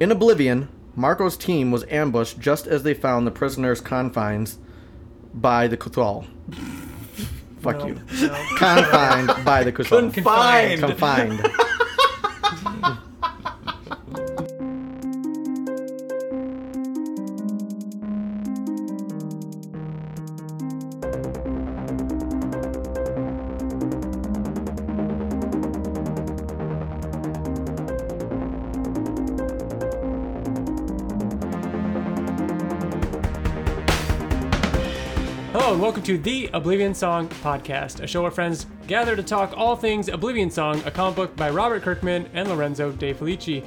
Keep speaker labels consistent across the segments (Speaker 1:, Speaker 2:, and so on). Speaker 1: In Oblivion, Marco's team was ambushed just as they found the prisoner's confines by the Kuthal. Fuck you. Confined by the Kuthal.
Speaker 2: Confined.
Speaker 1: Confined.
Speaker 3: Hello, and welcome to the Oblivion Song Podcast, a show where friends gather to talk all things Oblivion Song, a comic book by Robert Kirkman and Lorenzo De Felici.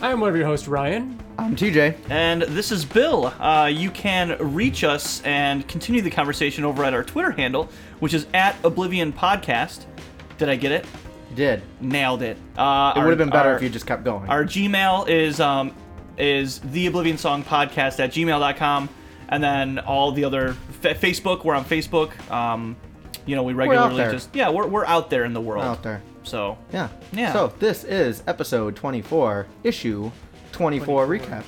Speaker 3: I am one of your hosts, Ryan.
Speaker 1: I'm TJ.
Speaker 2: And this is Bill. Uh, you can reach us and continue the conversation over at our Twitter handle, which is at Oblivion Podcast. Did I get it?
Speaker 1: You did.
Speaker 2: Nailed it. Uh,
Speaker 1: It would have been better if you just kept going.
Speaker 2: Our Gmail is um, is the Oblivion Song Podcast at gmail.com, and then all the other fa Facebook. We're on Facebook. Um, you know, we regularly
Speaker 1: there.
Speaker 2: just yeah, we're, we're out there in the world.
Speaker 1: out there.
Speaker 2: So
Speaker 1: Yeah.
Speaker 2: Yeah.
Speaker 1: So this is episode 24, issue 24, recap.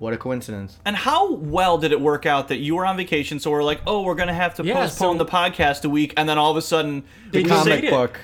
Speaker 1: What a coincidence.
Speaker 2: And how well did it work out that you were on vacation? So we're like, oh, we're gonna have to
Speaker 3: Yeah,
Speaker 2: postpone
Speaker 3: so-
Speaker 2: the podcast a week, and then all of a sudden,
Speaker 3: They
Speaker 2: we
Speaker 3: just
Speaker 2: say-
Speaker 1: Comic
Speaker 3: made it.
Speaker 1: book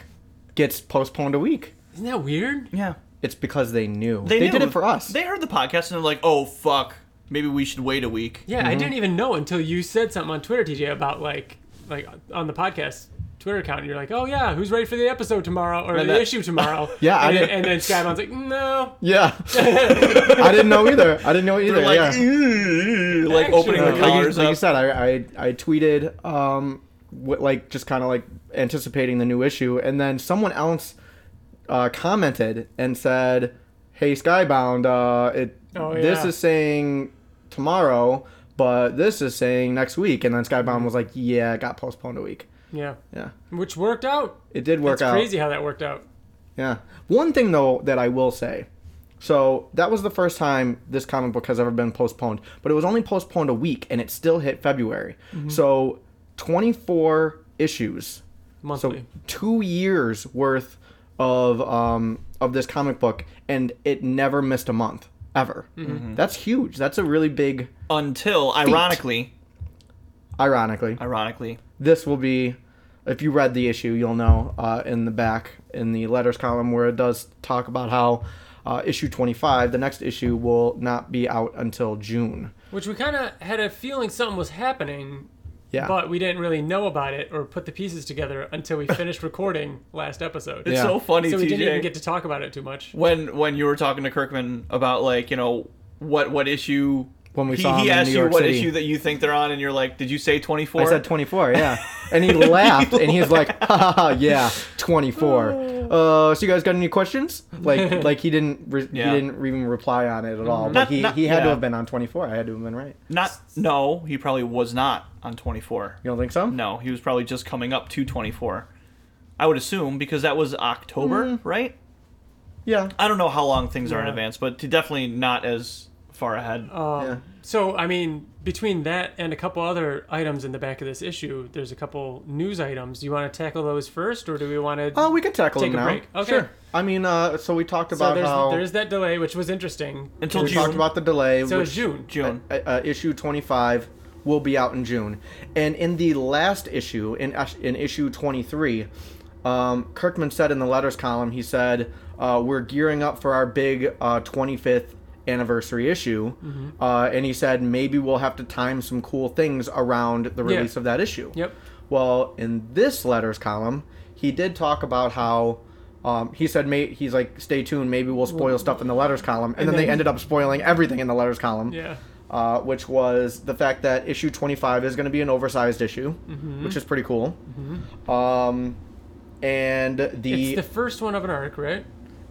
Speaker 1: gets postponed a week.
Speaker 3: Isn't that weird?
Speaker 2: yeah,
Speaker 1: It's because they knew. They, did
Speaker 2: knew.
Speaker 1: it for us.
Speaker 2: They heard the podcast and they're like, oh fuck, maybe we should wait a week.
Speaker 3: Yeah,
Speaker 1: Mm-hmm.
Speaker 3: I didn't even know until you said something on Twitter, TJ, about like like on the podcast Twitter account, and you're like, "Oh yeah, who's ready for the episode tomorrow or
Speaker 2: And
Speaker 3: the
Speaker 2: that-
Speaker 3: issue tomorrow?"
Speaker 1: Yeah, I
Speaker 3: and, then,
Speaker 1: didn't-
Speaker 3: and then Skymon's like, "No,
Speaker 1: yeah. I didn't know either. I didn't know either.
Speaker 2: They're
Speaker 1: yeah.
Speaker 2: like, "Ew," like
Speaker 3: Actually,
Speaker 2: opening
Speaker 3: like
Speaker 1: like,
Speaker 3: you-
Speaker 2: the
Speaker 1: you,
Speaker 2: collars
Speaker 1: like you
Speaker 2: up.
Speaker 1: said, I, I I tweeted um what like just kind of like anticipating the new issue, and then someone else uh, commented and said, "Hey Skybound, uh, it
Speaker 3: Oh,
Speaker 1: this
Speaker 3: yeah.
Speaker 1: is saying tomorrow, but this is saying next week," and then
Speaker 3: Mm-hmm.
Speaker 1: Skybound was like, "Yeah, it got postponed a week."
Speaker 3: yeah,"
Speaker 1: Yeah,
Speaker 3: which worked out.
Speaker 1: it did work
Speaker 3: It's
Speaker 1: out.
Speaker 3: crazy how that worked out.
Speaker 1: Yeah. One thing though that I will say, so that was the first time this comic book has ever been postponed, but it was only postponed a week and it still hit February. So 24 issues.
Speaker 3: Monthly.
Speaker 1: So 2 years worth of um of this comic book and it never missed a month ever. That's huge. That's a really big
Speaker 2: Until, ironically,
Speaker 1: ironically.
Speaker 2: ironically,
Speaker 1: this will be if you read the issue you'll know uh, in the back in the letters column where it does talk about how uh, issue 25 the next issue will not be out until june
Speaker 3: Which we kind of had a feeling something was happening,
Speaker 1: yeah
Speaker 3: but we didn't really know about it or put the pieces together until we finished recording last episode.
Speaker 2: it's
Speaker 1: Yeah.
Speaker 2: so funny.
Speaker 3: So we
Speaker 2: TJ.
Speaker 3: didn't even get to talk about it too much.
Speaker 2: when when you were talking to Kirkman about like you know what what issue
Speaker 1: When we
Speaker 2: he,
Speaker 1: saw him
Speaker 2: he
Speaker 1: in
Speaker 2: asked
Speaker 1: New
Speaker 2: you
Speaker 1: York
Speaker 2: what
Speaker 1: City.
Speaker 2: issue that you think they're on and you're like did you say 24
Speaker 1: i said 24 yeah and he laughed and he's like ha, ha, ha, yeah 24
Speaker 3: Oh.
Speaker 1: uh so you guys got any questions like like he didn't re-
Speaker 2: Yeah.
Speaker 1: he didn't even reply on it at all
Speaker 2: Not-
Speaker 1: like he,
Speaker 2: not-
Speaker 1: he had to
Speaker 2: yeah.
Speaker 1: have been on 24 i had to have been right
Speaker 2: not no he probably was not on 24
Speaker 1: you don't think so
Speaker 2: no he was probably just coming up to 24 I would assume because that was October right
Speaker 1: yeah
Speaker 2: I don't know how long things are in
Speaker 3: Mm. Yeah.
Speaker 2: advance but t- definitely not as far ahead
Speaker 3: Um,
Speaker 1: Yeah.
Speaker 3: So, I mean, between that and a couple other items in the back of this issue, there's a couple news items. Do you want to tackle those first, or do we want to?
Speaker 1: oh we could tackle
Speaker 3: Take
Speaker 1: him
Speaker 3: a
Speaker 1: now
Speaker 3: break. Okay.
Speaker 1: sure i mean uh so we talked
Speaker 3: so
Speaker 1: about
Speaker 3: there's,
Speaker 1: how
Speaker 3: there's that delay, which was interesting.
Speaker 2: Until
Speaker 1: we
Speaker 2: June.
Speaker 1: talked about the delay
Speaker 3: so
Speaker 1: which-
Speaker 3: it's June.
Speaker 2: June
Speaker 1: uh, uh, issue 25 will be out in June. And in the last issue, in, ash- in issue 23, um, Kirkman said in the letters column, he said, uh, We're gearing up for our big uh, 25th anniversary issue.
Speaker 3: Mm-hmm.
Speaker 1: Uh, and he said, Maybe we'll have to time some cool things around the
Speaker 3: Yeah.
Speaker 1: release of that issue.
Speaker 3: Yep.
Speaker 1: Well, in this letters column, he did talk about how. Um, he said, "Mate, he's like, stay tuned. Maybe we'll spoil stuff in the letters column." And, then,
Speaker 3: then-
Speaker 1: they ended up spoiling everything in the letters column
Speaker 3: Yeah.
Speaker 1: uh, which was the fact that issue 25 is going to be an oversized issue,
Speaker 3: Mm-hmm.
Speaker 1: which is pretty cool. Um, and the,
Speaker 3: It's the first one of an arc, right?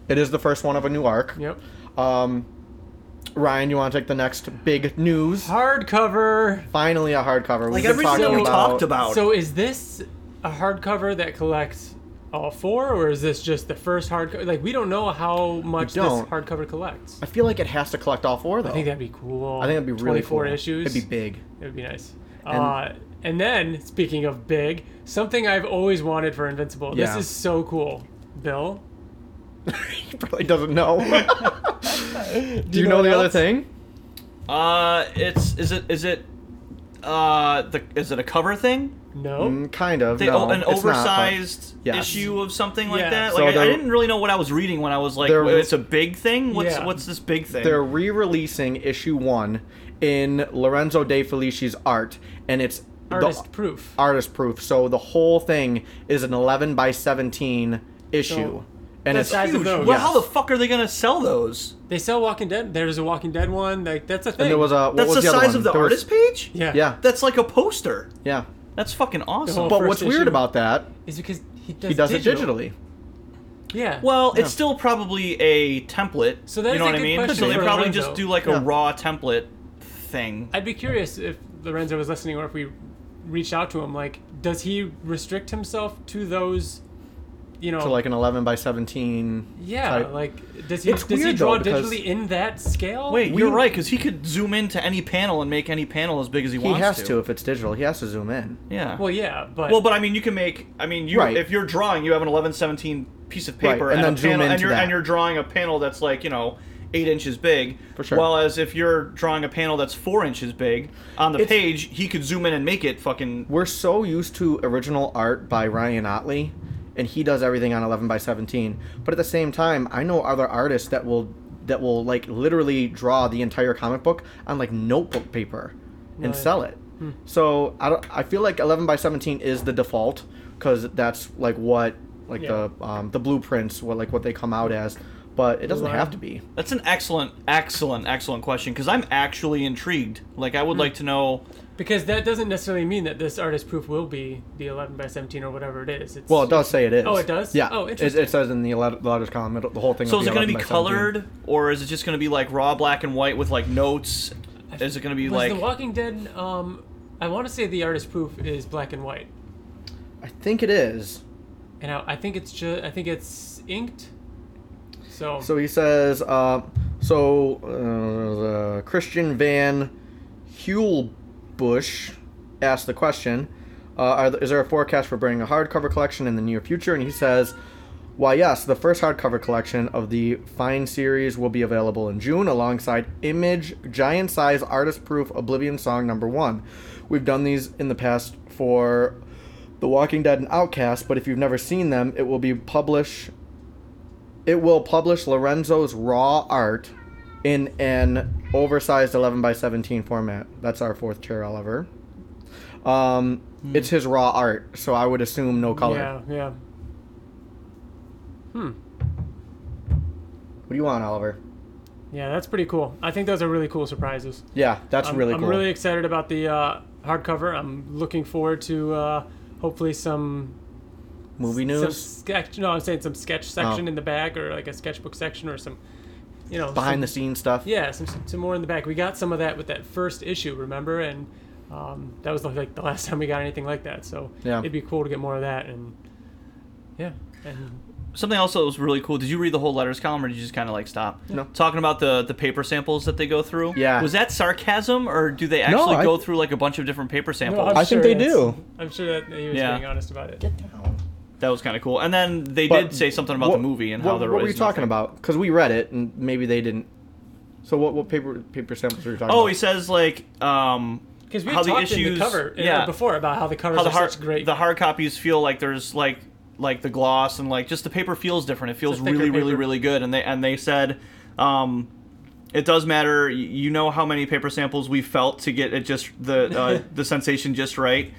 Speaker 1: it is the first one of a new arc.
Speaker 3: Yep.
Speaker 1: Um, Ryan, you want to take the next big news?
Speaker 3: Hardcover.
Speaker 1: Finally, a hardcover. We've
Speaker 2: like
Speaker 1: been
Speaker 2: everything
Speaker 1: talking
Speaker 2: we talked about
Speaker 3: So is this a hardcover that collects all four, or is this just the first hardcover? Like we don't know how much this
Speaker 1: don't.
Speaker 3: hardcover collects.
Speaker 1: I feel like it has to collect all four though.
Speaker 3: I think that'd be cool.
Speaker 1: I think it'd be really
Speaker 3: 24
Speaker 1: cool.
Speaker 3: issues.
Speaker 1: It'd be big.
Speaker 3: It would be nice.
Speaker 1: And-
Speaker 3: uh, and then, speaking of big, something I've always wanted for Invincible.
Speaker 1: Yeah.
Speaker 3: This is so cool. Bill,
Speaker 1: He probably doesn't know. Do you know,
Speaker 3: what
Speaker 1: the other
Speaker 3: else?
Speaker 1: thing?
Speaker 2: Uh, it's is it is it uh the is it a cover thing?
Speaker 3: No.
Speaker 1: Mm, kind of.
Speaker 2: They,
Speaker 1: no,
Speaker 2: oh, an
Speaker 1: it's not, but
Speaker 2: oversized
Speaker 1: Yes.
Speaker 2: issue of something like
Speaker 3: Yeah.
Speaker 2: that.
Speaker 1: So
Speaker 2: Like I, I
Speaker 1: they're-
Speaker 2: didn't really know what I was reading when I was like,
Speaker 1: They're-
Speaker 2: "Wait, it's a big thing. What's
Speaker 3: Yeah.
Speaker 2: what's this big thing?
Speaker 1: they're re-releasing issue one in Lorenzo De Felici's art, and it's
Speaker 3: Artist
Speaker 1: the
Speaker 3: proof.
Speaker 1: artist proof. So the whole thing is an 11 by 17 issue,
Speaker 3: So,
Speaker 1: and
Speaker 3: the
Speaker 1: it's
Speaker 3: size of
Speaker 1: huge.
Speaker 3: those.
Speaker 2: Well,
Speaker 1: Yes.
Speaker 2: how the fuck are they gonna sell those?
Speaker 3: They sell Walking Dead. There's a Walking Dead one. Like that's a thing.
Speaker 1: And there was a what
Speaker 2: That's
Speaker 1: was
Speaker 2: the,
Speaker 1: other
Speaker 2: size
Speaker 1: one?
Speaker 2: of the
Speaker 1: There was-
Speaker 2: artist page.
Speaker 3: Yeah.
Speaker 1: Yeah,
Speaker 2: That's like a poster.
Speaker 1: yeah.
Speaker 2: That's fucking awesome.
Speaker 3: whole-
Speaker 1: But
Speaker 3: First
Speaker 1: what's weird
Speaker 3: issue.
Speaker 1: about that,
Speaker 3: Is because he does,
Speaker 1: he does
Speaker 3: digital.
Speaker 1: it digitally.
Speaker 3: Yeah.
Speaker 2: well, it's still probably a template.
Speaker 3: So that
Speaker 2: you
Speaker 3: is
Speaker 2: know
Speaker 3: a
Speaker 2: what I
Speaker 3: good
Speaker 2: mean?
Speaker 3: question
Speaker 2: So they
Speaker 3: for
Speaker 2: probably
Speaker 3: Lorenzo.
Speaker 2: just do like a
Speaker 1: Yeah.
Speaker 2: raw template thing.
Speaker 3: I'd be curious if Lorenzo was listening or if we reached out to him. Like, does he restrict himself to those? You know,
Speaker 1: to like an 11 by 17
Speaker 3: yeah,
Speaker 1: type.
Speaker 3: like does he
Speaker 1: It's
Speaker 3: does he
Speaker 1: weird,
Speaker 3: draw
Speaker 1: though, because-
Speaker 3: digitally in that scale?
Speaker 2: Wait,
Speaker 1: We-
Speaker 2: you're right because he could zoom into any panel and make any panel as big as he,
Speaker 1: he
Speaker 2: wants
Speaker 1: has to. if it's digital he has to zoom in
Speaker 2: Yeah.
Speaker 3: Well, yeah, but
Speaker 2: Well, but I mean, you can make. I mean, you
Speaker 1: Right.
Speaker 2: if you're drawing, you have an 1117 piece of
Speaker 1: Right,
Speaker 2: paper
Speaker 1: and
Speaker 2: and,
Speaker 1: then
Speaker 2: a
Speaker 1: zoom
Speaker 2: panel, and
Speaker 1: into
Speaker 2: you're
Speaker 1: that.
Speaker 2: and you're drawing a panel that's like you know eight inches big.
Speaker 1: For sure.
Speaker 2: Well, as if you're drawing a panel that's four inches big on the
Speaker 1: It's-
Speaker 2: page, he could zoom in and make it fucking.
Speaker 1: we're so used to original art by ryan otley and he does everything on 11 by 17 but at the same time i know other artists that will that will like literally draw the entire comic book on like notebook paper and
Speaker 3: Right.
Speaker 1: sell it so I, don't, I feel like 11 by 17 is the default because that's like what like
Speaker 3: Yeah.
Speaker 1: the um, the blueprints what like what they come out as but it doesn't
Speaker 3: Right.
Speaker 1: have to be
Speaker 2: That's an excellent, excellent, excellent question because I'm actually intrigued. Like,
Speaker 1: Hmm.
Speaker 2: I would like to know.
Speaker 3: because that doesn't necessarily mean that this artist proof will be the 11 by 17 or whatever it is. It's,
Speaker 1: Well, it does say it is.
Speaker 3: Oh, it does?
Speaker 1: Yeah.
Speaker 3: Oh,
Speaker 1: It- It,
Speaker 3: interesting.
Speaker 1: says in the letter- letters column, it'll- the whole thing.
Speaker 2: So,
Speaker 1: will
Speaker 2: is it going to be
Speaker 1: 11 by 17.
Speaker 2: colored, or is it just going to be like raw black and white with like notes? Is it going to be
Speaker 3: was
Speaker 2: like
Speaker 3: The Walking Dead. Um, I want to say the artist proof is black and white,
Speaker 1: I think it is.
Speaker 3: and I, I think it's just I think it's inked. So,
Speaker 1: So he says. Uh, so uh, the Christian Van Bush asked the question: uh, are th- Is there a forecast for bringing a hardcover collection in the near future? And he says. Why, yes, the first hardcover collection of the Fine series will be available in June alongside Image Giant Size Artist Proof Oblivion Song Number 1. We've done these in the past for The Walking Dead and Outcast, but if you've never seen them, it will be published it will publish Lorenzo's raw art in an oversized 11 by 17 format. That's our fourth chair, Oliver. Um, It's his raw art, so I would assume no color.
Speaker 3: Hmm. yeah, yeah. Hmm.
Speaker 1: What do you want, Oliver?
Speaker 3: Yeah, that's pretty cool. I think those are really cool surprises.
Speaker 1: Yeah, that's
Speaker 3: I'm,
Speaker 1: really
Speaker 3: I'm
Speaker 1: cool.
Speaker 3: really excited about the uh, hardcover. I'm looking forward to uh, hopefully some
Speaker 1: Movie
Speaker 3: some
Speaker 1: news,
Speaker 3: sketch. No, I'm saying some sketch section
Speaker 1: Oh.
Speaker 3: in the back, or like a sketchbook section, or some you know some-
Speaker 1: behind the scenes stuff.
Speaker 3: Yeah, some some more in the back. We got some of that with that first issue, remember? And um, that was like the last time we got anything like that. So
Speaker 1: Yeah.
Speaker 3: it'd be cool to get more of that. And yeah, and
Speaker 2: Something else that was really cool. Did you read the whole letters column, or did you just kind of like stop?
Speaker 1: No.
Speaker 2: Talking about the the paper samples that they go through.
Speaker 1: Yeah.
Speaker 2: Was that sarcasm, or do they actually
Speaker 1: I-
Speaker 2: go through like a bunch of different paper samples?
Speaker 1: I think they
Speaker 3: that's-
Speaker 1: do.
Speaker 3: I'm sure that he was
Speaker 2: Yeah.
Speaker 3: being honest about it.
Speaker 1: Get down.
Speaker 2: that was kind of cool. And then they
Speaker 1: But
Speaker 2: did say something about
Speaker 1: what-
Speaker 2: the movie and
Speaker 1: what,
Speaker 2: how there
Speaker 1: What
Speaker 2: was
Speaker 1: were you talking
Speaker 2: nothing.
Speaker 1: about? Because we read it, and maybe they didn't. So what, what paper paper samples were you talking
Speaker 2: Oh,
Speaker 1: about?
Speaker 2: he says like um
Speaker 3: Because we
Speaker 2: how the
Speaker 3: talked in
Speaker 2: issues
Speaker 3: the cover uh,
Speaker 2: yeah
Speaker 3: before about how the covers
Speaker 2: how the
Speaker 3: are
Speaker 2: hard
Speaker 3: such great.
Speaker 2: the hard copies feel like there's like like the gloss and like just the paper feels different. It feels
Speaker 3: a thicker
Speaker 2: really really
Speaker 3: paper.
Speaker 2: really good. And they and they said. Um, it does matter. y- You know how many paper samples we felt to get it just the uh, the sensation just right.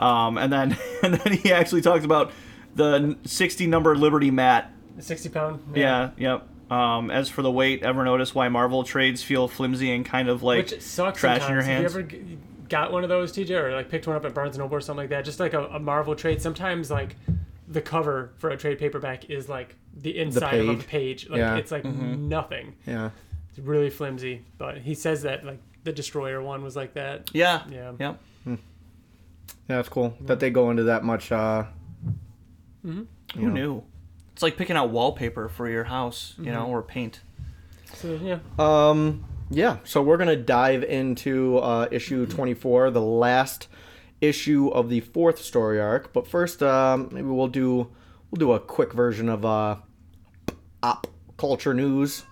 Speaker 2: Um, and then and then he actually talks about the 60 number Liberty mat.
Speaker 3: 60 pound.
Speaker 2: Yeah, yep. Um, as for the weight, ever notice why Marvel trades feel flimsy and kind of like
Speaker 3: Which sucks.
Speaker 2: trash in your
Speaker 3: sometimes.
Speaker 2: hands?
Speaker 3: Have you ever g- got one of those, TJ, or like picked one up at Barnes and Noble or something like that? Just like a, a Marvel trade. Sometimes like the cover for a trade paperback is like the inside of a
Speaker 1: page.
Speaker 3: page. Like
Speaker 1: Yeah.
Speaker 3: it's like
Speaker 2: Mm-hmm.
Speaker 3: nothing.
Speaker 1: yeah.
Speaker 3: It's really flimsy. But he says that like the Destroyer one was like that.
Speaker 2: Yeah.
Speaker 3: Yeah.
Speaker 2: Yep.
Speaker 1: Yeah, it's cool that they go into that much. Uh,
Speaker 2: Who knew? It's like picking out wallpaper for your house, you
Speaker 3: Mm-hmm.
Speaker 2: know, or paint.
Speaker 3: So yeah.
Speaker 1: Um, yeah, so we're going to dive into uh, issue 24, the last issue of the fourth story arc. But first, um, maybe we'll do we'll do a quick version of uh, pop culture news.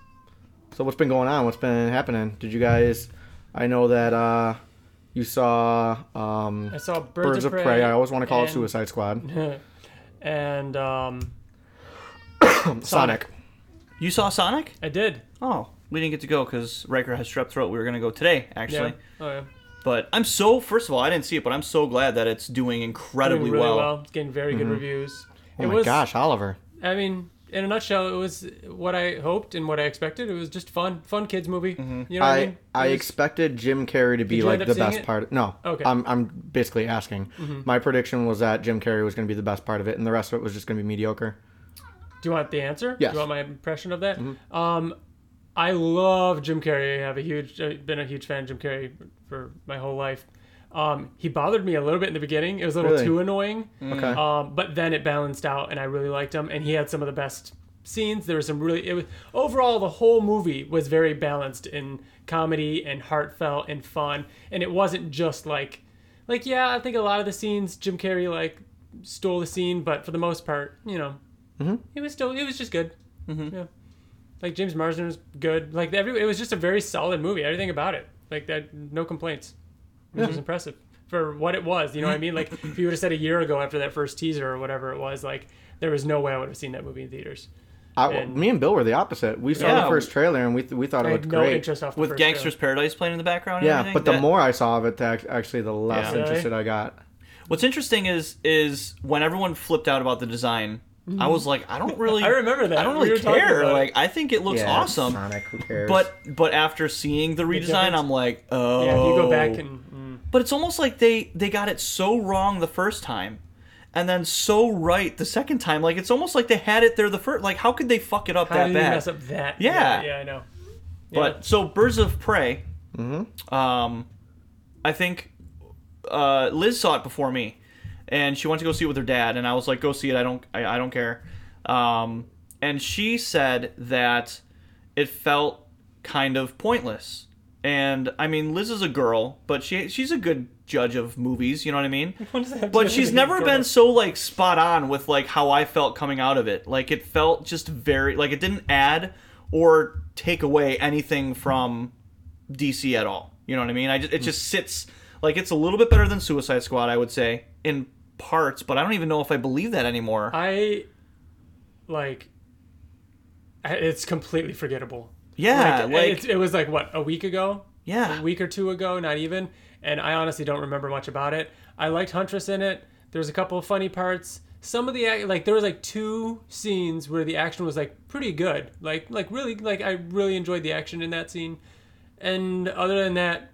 Speaker 1: So what's been going on? What's been happening? Did you guys? I know that uh, you saw um,
Speaker 3: I saw Birds,
Speaker 1: Birds of Prey. I always want to call
Speaker 3: and,
Speaker 1: it Suicide Squad.
Speaker 3: And um,
Speaker 1: Sonic.
Speaker 2: You saw Sonic?
Speaker 3: I did.
Speaker 2: Oh, we didn't get to go because Riker has strep throat. We were gonna go today,
Speaker 3: Yeah.
Speaker 2: actually.
Speaker 3: Oh, yeah.
Speaker 2: But I'm so first of all, I didn't see it, but I'm so glad that it's doing incredibly
Speaker 3: Doing really well.
Speaker 2: well.
Speaker 3: It's getting very good reviews.
Speaker 1: Oh
Speaker 3: it
Speaker 1: my
Speaker 3: was,
Speaker 1: gosh, Oliver.
Speaker 3: I mean, in a nutshell, it was what I hoped and what I expected. It was just fun, fun kids movie. You know what I,
Speaker 1: Mm-hmm. I
Speaker 3: mean?
Speaker 1: I
Speaker 3: It was-
Speaker 1: expected Jim Carrey to be
Speaker 3: you end
Speaker 1: like the
Speaker 3: up seeing
Speaker 1: best
Speaker 3: it?
Speaker 1: part. No.
Speaker 3: Okay. Mm-hmm.
Speaker 1: I'm I'm basically asking. My prediction was that Jim Carrey was going to be the best part of it, and the rest of it was just going to be mediocre.
Speaker 3: Do you want the answer?
Speaker 1: Yes. Mm-hmm.
Speaker 3: Do you want my impression of that? Um, I love Jim Carrey. I have a huge, I've been a huge fan of Jim Carrey for my whole life. Um, he bothered me a little bit in the beginning. It was a little
Speaker 1: Really?
Speaker 3: too annoying.
Speaker 1: Okay.
Speaker 3: Um, but then it balanced out, and I really liked him. And he had some of the best scenes. There was some really. It was overall the whole movie was very balanced in comedy and heartfelt and fun. And it wasn't just like, like yeah, I think a lot of the scenes Jim Carrey like stole the scene, but for the most part, you know,
Speaker 1: Mm-hmm.
Speaker 3: it was still it was just good. Yeah, like James Marsden was good. Like every it was just a very solid movie. Everything about it, like that, no complaints. Which was impressive for what it was. You know what I mean? Like if you would have said a year ago after that first teaser or whatever it was, like there was no way I would have seen that movie in theaters.
Speaker 1: I,
Speaker 3: And-
Speaker 1: me and Bill were the opposite. We saw
Speaker 2: Yeah.
Speaker 1: the first trailer and we, th- we thought it
Speaker 3: I
Speaker 1: looked
Speaker 3: had no
Speaker 1: great.
Speaker 3: interest off the
Speaker 2: With
Speaker 3: first trailer.
Speaker 2: Gangster's Paradise playing in the background. And
Speaker 1: Yeah,
Speaker 2: everything,
Speaker 1: but the
Speaker 2: that-
Speaker 1: more I saw of it, the, act- actually, the less
Speaker 2: Yeah.
Speaker 1: interested I got.
Speaker 2: What's interesting is is when everyone flipped out about the design, I was like, I don't really.
Speaker 3: Mm-hmm. I remember that.
Speaker 2: I don't
Speaker 3: We
Speaker 2: really
Speaker 3: were talking
Speaker 2: care.
Speaker 3: about it.
Speaker 2: Like, I think it looks
Speaker 1: Yeah,
Speaker 2: awesome.
Speaker 1: Sonic, who cares?
Speaker 2: But but after seeing the redesign,
Speaker 3: difference?
Speaker 2: I'm like, oh.
Speaker 3: Yeah, if you go back and mm,
Speaker 2: But it's almost like they they got it so wrong the first time, and then so right the second time. Like it's almost like they had it there the first. Like how could they fuck it up
Speaker 3: how
Speaker 2: that
Speaker 3: did
Speaker 2: bad?
Speaker 3: you mess up that?
Speaker 2: Yeah.
Speaker 3: yeah, I know.
Speaker 2: But so Birds of Prey. Um, I think uh, Liz saw it before me, and she went to go see it with her dad, and I was like, "Go see it. I don't. I, I don't care." Um, and she said that it felt kind of pointless. And I mean, Liz is a girl, but she she's a good judge of movies. You know what I mean?
Speaker 3: What does that have to do
Speaker 2: But
Speaker 3: with
Speaker 2: she's
Speaker 3: being
Speaker 2: never
Speaker 3: girl?
Speaker 2: been so like spot on with like how I felt coming out of it. Like it felt just very like it didn't add or take away anything from DC at all. You know what I mean? I
Speaker 3: Hmm.
Speaker 2: just it just sits like it's a little bit better than Suicide Squad, I would say, in parts, but I don't even know if I believe that anymore.
Speaker 3: I like I- it's completely forgettable.
Speaker 2: yeah,
Speaker 3: Like,
Speaker 2: like
Speaker 3: it's- it was like what a week ago,
Speaker 2: yeah.
Speaker 3: a week or two ago, not even. And I honestly don't remember much about it. I liked Huntress in it. There's a couple of funny parts. Some of the ac- like there was like two scenes where the action was like pretty good. Like like really like I really enjoyed the action in that scene. And other than that,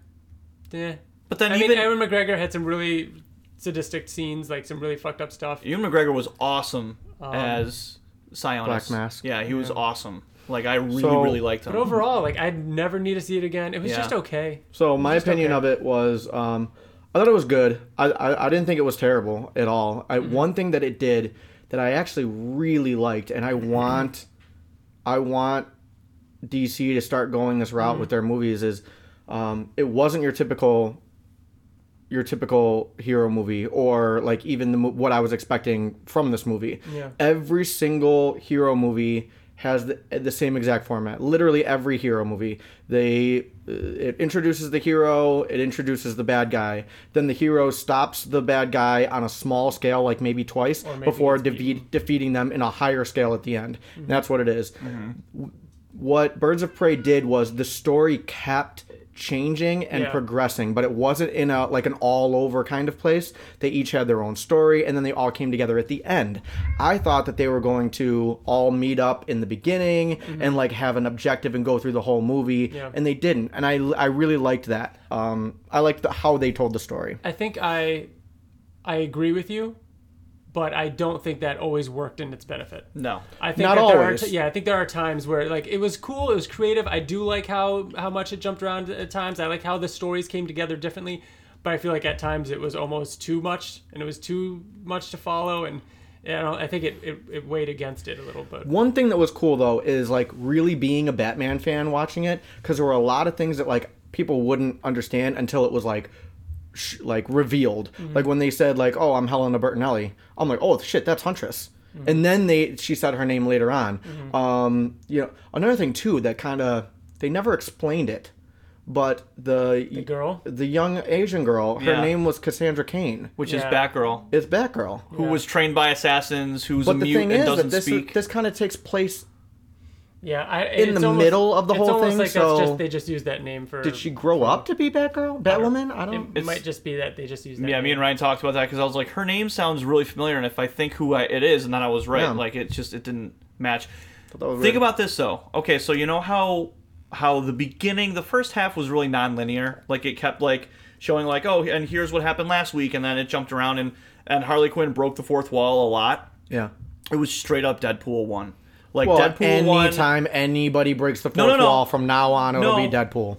Speaker 3: yeah.
Speaker 2: but then
Speaker 3: I
Speaker 2: even
Speaker 3: mean, Aaron McGregor had some really sadistic scenes, like some really fucked up stuff.
Speaker 2: Ewan McGregor was awesome
Speaker 3: Um,
Speaker 2: as Sionis.
Speaker 1: Black Mask.
Speaker 2: Yeah, he was awesome. Like I really
Speaker 1: So-
Speaker 2: really liked him.
Speaker 3: But overall, like I'd never need to see it again. It was
Speaker 2: Yeah.
Speaker 3: just okay.
Speaker 1: So my opinion
Speaker 3: okay.
Speaker 1: of it was, um, I thought it was good. I, I, I didn't think it was terrible at all. I,
Speaker 3: Mm-hmm.
Speaker 1: One thing that it did that I actually really liked, and I want, I want DC to start going this route
Speaker 3: Mm-hmm.
Speaker 1: with their movies is, um, it wasn't your typical, your typical hero movie or like even the, mo- what I was expecting from this movie.
Speaker 3: Yeah.
Speaker 1: Every single hero movie has the, the same exact format. Literally every hero movie, they uh, it introduces the hero, it introduces the bad guy. Then the hero stops the bad guy on a small scale, like maybe twice,
Speaker 3: maybe Mm-hmm.
Speaker 1: before
Speaker 3: gets
Speaker 1: defeat, defeating them in a higher scale at the end. And that's what it is what Birds of Prey did was the story kept changing and
Speaker 3: Yeah.
Speaker 1: progressing, but it wasn't in a like an all over kind of place. They each had their own story and then they all came together at the end. I thought that they were going to all meet up in the beginning and like have an objective and go through the whole movie
Speaker 3: Mm-hmm. Yeah.
Speaker 1: and they didn't. And I I really liked that. Um I liked the, how they told the story.
Speaker 3: I think I I agree with you, but I don't think that always worked in its benefit.
Speaker 2: no.
Speaker 3: I think
Speaker 1: Not
Speaker 3: that there
Speaker 1: always.
Speaker 3: Are t- yeah, I think there are times where like it was cool, it was creative. I do like how how much it jumped around at times. I like how the stories came together differently, but I feel like at times it was almost too much and it was too much to follow and you know, I think it, it, it weighed against it a little bit.
Speaker 1: One thing that was cool though is like really being a Batman fan watching it because there were a lot of things that like people wouldn't understand until it was like sh- like revealed.
Speaker 2: Mm-hmm.
Speaker 1: Like when they said like, "Oh, I'm Helena Bertinelli," I'm like, "Oh shit, that's Huntress."
Speaker 2: Mm-hmm.
Speaker 1: And then they she said her name later on. Um, you know, another thing too that kind of They never explained it, but the
Speaker 3: The girl.
Speaker 1: the young Asian girl, her
Speaker 2: Yeah.
Speaker 1: name was Cassandra Kane.
Speaker 2: which is
Speaker 3: Yeah.
Speaker 2: Batgirl,
Speaker 1: It's Batgirl.
Speaker 2: who was trained by assassins, who's a
Speaker 1: But the
Speaker 2: mute
Speaker 1: thing
Speaker 2: and
Speaker 1: is that
Speaker 2: doesn't
Speaker 1: this
Speaker 2: speak.
Speaker 1: this kind of takes place.
Speaker 3: Yeah, I,
Speaker 1: In
Speaker 3: it's
Speaker 1: the
Speaker 3: almost-
Speaker 1: middle of the
Speaker 3: it's
Speaker 1: whole
Speaker 3: almost
Speaker 1: thing,
Speaker 3: Like
Speaker 1: so-
Speaker 3: that's just, they just use that name for.
Speaker 1: Did she grow up to be Batgirl, Batwoman? I don't.
Speaker 3: It might just be that they just use that.
Speaker 2: yeah,
Speaker 3: name.
Speaker 2: me and Ryan talked about that because I was like, her name sounds really familiar, and if I think who I, it is, and then I was right.
Speaker 1: Yeah.
Speaker 2: Like it just it didn't match.
Speaker 1: That was
Speaker 2: Think
Speaker 1: weird.
Speaker 2: about this though. Okay, so you know how how the beginning, the first half was really non-linear. Like it kept like showing like, oh, and here's what happened last week, and then it jumped around, and and Harley Quinn broke the fourth wall a lot.
Speaker 1: yeah.
Speaker 2: It was straight up Deadpool one. Like
Speaker 1: Well,
Speaker 2: Deadpool one.
Speaker 1: anytime anybody breaks the fourth
Speaker 2: no, no.
Speaker 1: wall from now on, it'll
Speaker 2: No.
Speaker 1: be Deadpool.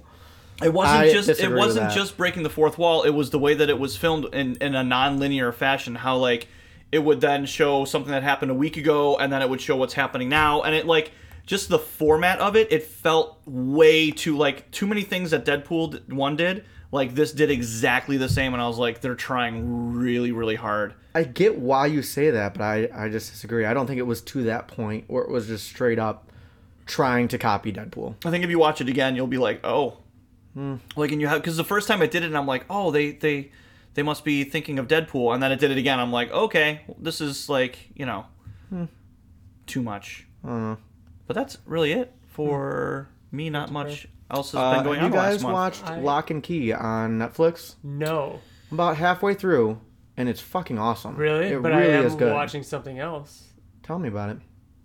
Speaker 2: It wasn't
Speaker 1: I
Speaker 2: just
Speaker 1: disagree
Speaker 2: it
Speaker 1: with
Speaker 2: wasn't
Speaker 1: that.
Speaker 2: just breaking the fourth wall. It was the way that it was filmed in in a non-linear fashion. How like it would then show something that happened a week ago, and then it would show what's happening now, and it like just the format of it. It felt way too like too many things that Deadpool d- one did. Like this did exactly the same, and I was like, they're trying really really hard.
Speaker 1: I get why you say that, but I, I just disagree. I don't think it was to that point where it was just straight up trying to copy Deadpool.
Speaker 2: I think if you watch it again, you'll be like, oh,
Speaker 1: Hmm.
Speaker 2: like, and you have because the first time I did it, and I'm like, oh, they they they must be thinking of Deadpool, and then I did it again. I'm like, okay, this is like you know,
Speaker 1: Hmm.
Speaker 2: too much. But that's really it for me. Not much else has
Speaker 1: Hmm. Uh,
Speaker 2: been going
Speaker 1: you
Speaker 2: on the
Speaker 1: guys
Speaker 2: last month.
Speaker 1: watched
Speaker 3: I-
Speaker 1: Lock and Key on Netflix?
Speaker 3: No,
Speaker 1: I'm about halfway through, and it's fucking awesome.
Speaker 3: really,
Speaker 1: It
Speaker 3: but
Speaker 1: really
Speaker 3: I am
Speaker 1: is good.
Speaker 3: watching something else.
Speaker 1: Tell me about it.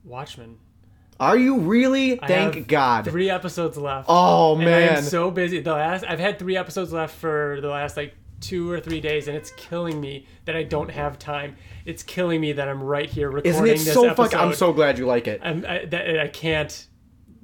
Speaker 3: Watchmen.
Speaker 1: Are you really?
Speaker 3: I have
Speaker 1: Thank God.
Speaker 3: Three episodes left.
Speaker 1: oh
Speaker 3: and I
Speaker 1: man.
Speaker 3: am so busy. The last I've had three episodes left for the last like two or three days, and it's killing me that I don't have time. It's killing me that I'm right here recording
Speaker 1: Isn't it
Speaker 3: this
Speaker 1: so
Speaker 3: episode.
Speaker 1: fucking? I'm so glad you like it.
Speaker 3: I'm, I, that, I can't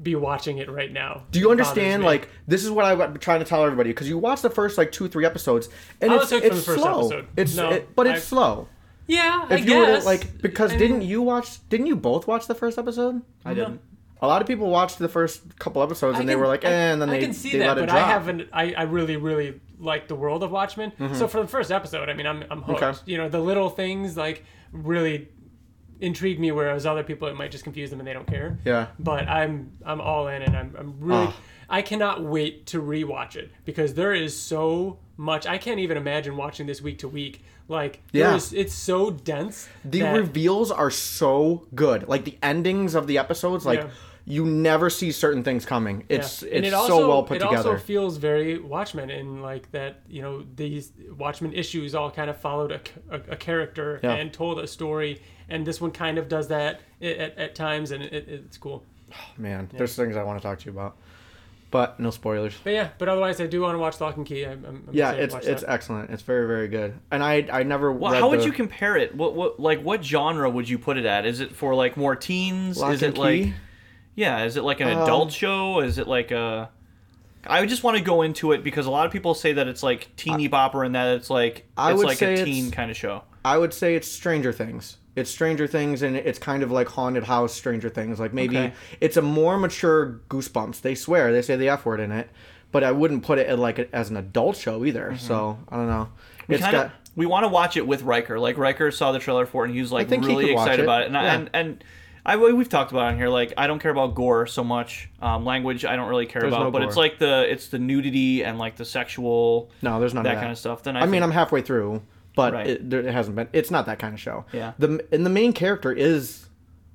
Speaker 3: be watching it right now.
Speaker 1: Do you understand? Like this is what I'm trying to tell everybody because you watch the first like two, three episodes, and
Speaker 3: I
Speaker 1: it's
Speaker 3: was hooked
Speaker 1: it's
Speaker 3: from the first
Speaker 1: slow.
Speaker 3: episode.
Speaker 1: It's
Speaker 3: No,
Speaker 1: it, but it's
Speaker 3: I-
Speaker 1: slow.
Speaker 3: yeah, I
Speaker 1: If you were
Speaker 3: guess
Speaker 1: to, like because
Speaker 3: I mean-
Speaker 1: didn't you watch? Didn't you both watch the first episode?
Speaker 2: I didn't.
Speaker 1: A lot of people watched the first couple episodes and
Speaker 3: I
Speaker 1: they were
Speaker 3: can-
Speaker 1: like, eh,
Speaker 3: I-
Speaker 1: and then
Speaker 3: I
Speaker 1: they,
Speaker 3: can see
Speaker 1: they
Speaker 3: that,
Speaker 1: let it
Speaker 3: but
Speaker 1: drop.
Speaker 3: I haven't. I, I really, really like the world of Watchmen. So for the first episode, I mean, I'm I'm hooked.
Speaker 1: Mm-hmm. Okay.
Speaker 3: You know, the little things like really intrigue me, whereas other people it might just confuse them and they don't care.
Speaker 1: Yeah.
Speaker 3: But I'm I'm all in, and I'm I'm really
Speaker 1: Ah.
Speaker 3: I cannot wait to rewatch it because there is so much. I can't even imagine watching this week to week. Like
Speaker 1: Yeah.
Speaker 3: there is, it's so dense.
Speaker 1: The
Speaker 3: that-
Speaker 1: reveals are so good. Like the endings of the episodes, like
Speaker 3: Yeah.
Speaker 1: you never see certain things coming. It's
Speaker 3: Yeah. And
Speaker 1: it's
Speaker 3: it
Speaker 1: so well put
Speaker 3: it also
Speaker 1: together.
Speaker 3: feels very Watchmen in like that. You know, these Watchmen issues all kind of followed a, c- a- a character
Speaker 1: Yeah.
Speaker 3: and told a story, and this one kind of does that i- at, at times, and it, it's cool.
Speaker 1: Man, there's things I want to talk to you about, but no spoilers.
Speaker 3: But yeah, but otherwise, I do want to watch Lock and Key. I'm, I'm I'm
Speaker 1: Yeah,
Speaker 3: excited to
Speaker 1: it's
Speaker 3: watch
Speaker 1: it's
Speaker 3: that.
Speaker 1: excellent. It's very very good. And I I never.
Speaker 2: Well,
Speaker 1: read
Speaker 2: how would
Speaker 1: the-
Speaker 2: you compare it? What what like what genre would you put it at? Is it for like more teens?
Speaker 1: Lock
Speaker 2: is
Speaker 1: and
Speaker 2: it like
Speaker 1: Key?
Speaker 2: Yeah, is it like an
Speaker 1: Um,
Speaker 2: adult show? Is it like a I just want to go into it because a lot of people say that it's like teeny bopper and that it's like
Speaker 1: I
Speaker 2: it's
Speaker 1: would
Speaker 2: like
Speaker 1: say
Speaker 2: a
Speaker 1: it's-
Speaker 2: teen kind of show.
Speaker 1: I would say it's Stranger Things. It's Stranger Things, and it's kind of like haunted house Stranger Things. Like maybe
Speaker 2: Okay.
Speaker 1: it's a more mature Goosebumps. They swear they say the F word in it, but I wouldn't put it at like a, as an adult show either. So I don't know.
Speaker 2: Mm-hmm. We
Speaker 1: It's
Speaker 2: kinda-
Speaker 1: got
Speaker 2: we want to watch it with Riker. Like Riker saw the trailer for it and he was like
Speaker 1: think he
Speaker 2: really
Speaker 1: could watch
Speaker 2: excited
Speaker 1: it.
Speaker 2: about it. And I-
Speaker 1: Yeah.
Speaker 2: and and I we've talked about it on here. Like I don't care about gore so much. Um, language I don't really care about,
Speaker 1: no
Speaker 2: but it's
Speaker 1: gore.
Speaker 2: like the it's the nudity and like the sexual
Speaker 1: no. There's none
Speaker 2: that
Speaker 1: of that
Speaker 2: kind of stuff. Then I,
Speaker 1: I, mean,
Speaker 2: think-
Speaker 1: I'm halfway through, but
Speaker 2: Right.
Speaker 1: it, there, it hasn't been. It's not that kind of show.
Speaker 2: Yeah.
Speaker 1: The and the main character is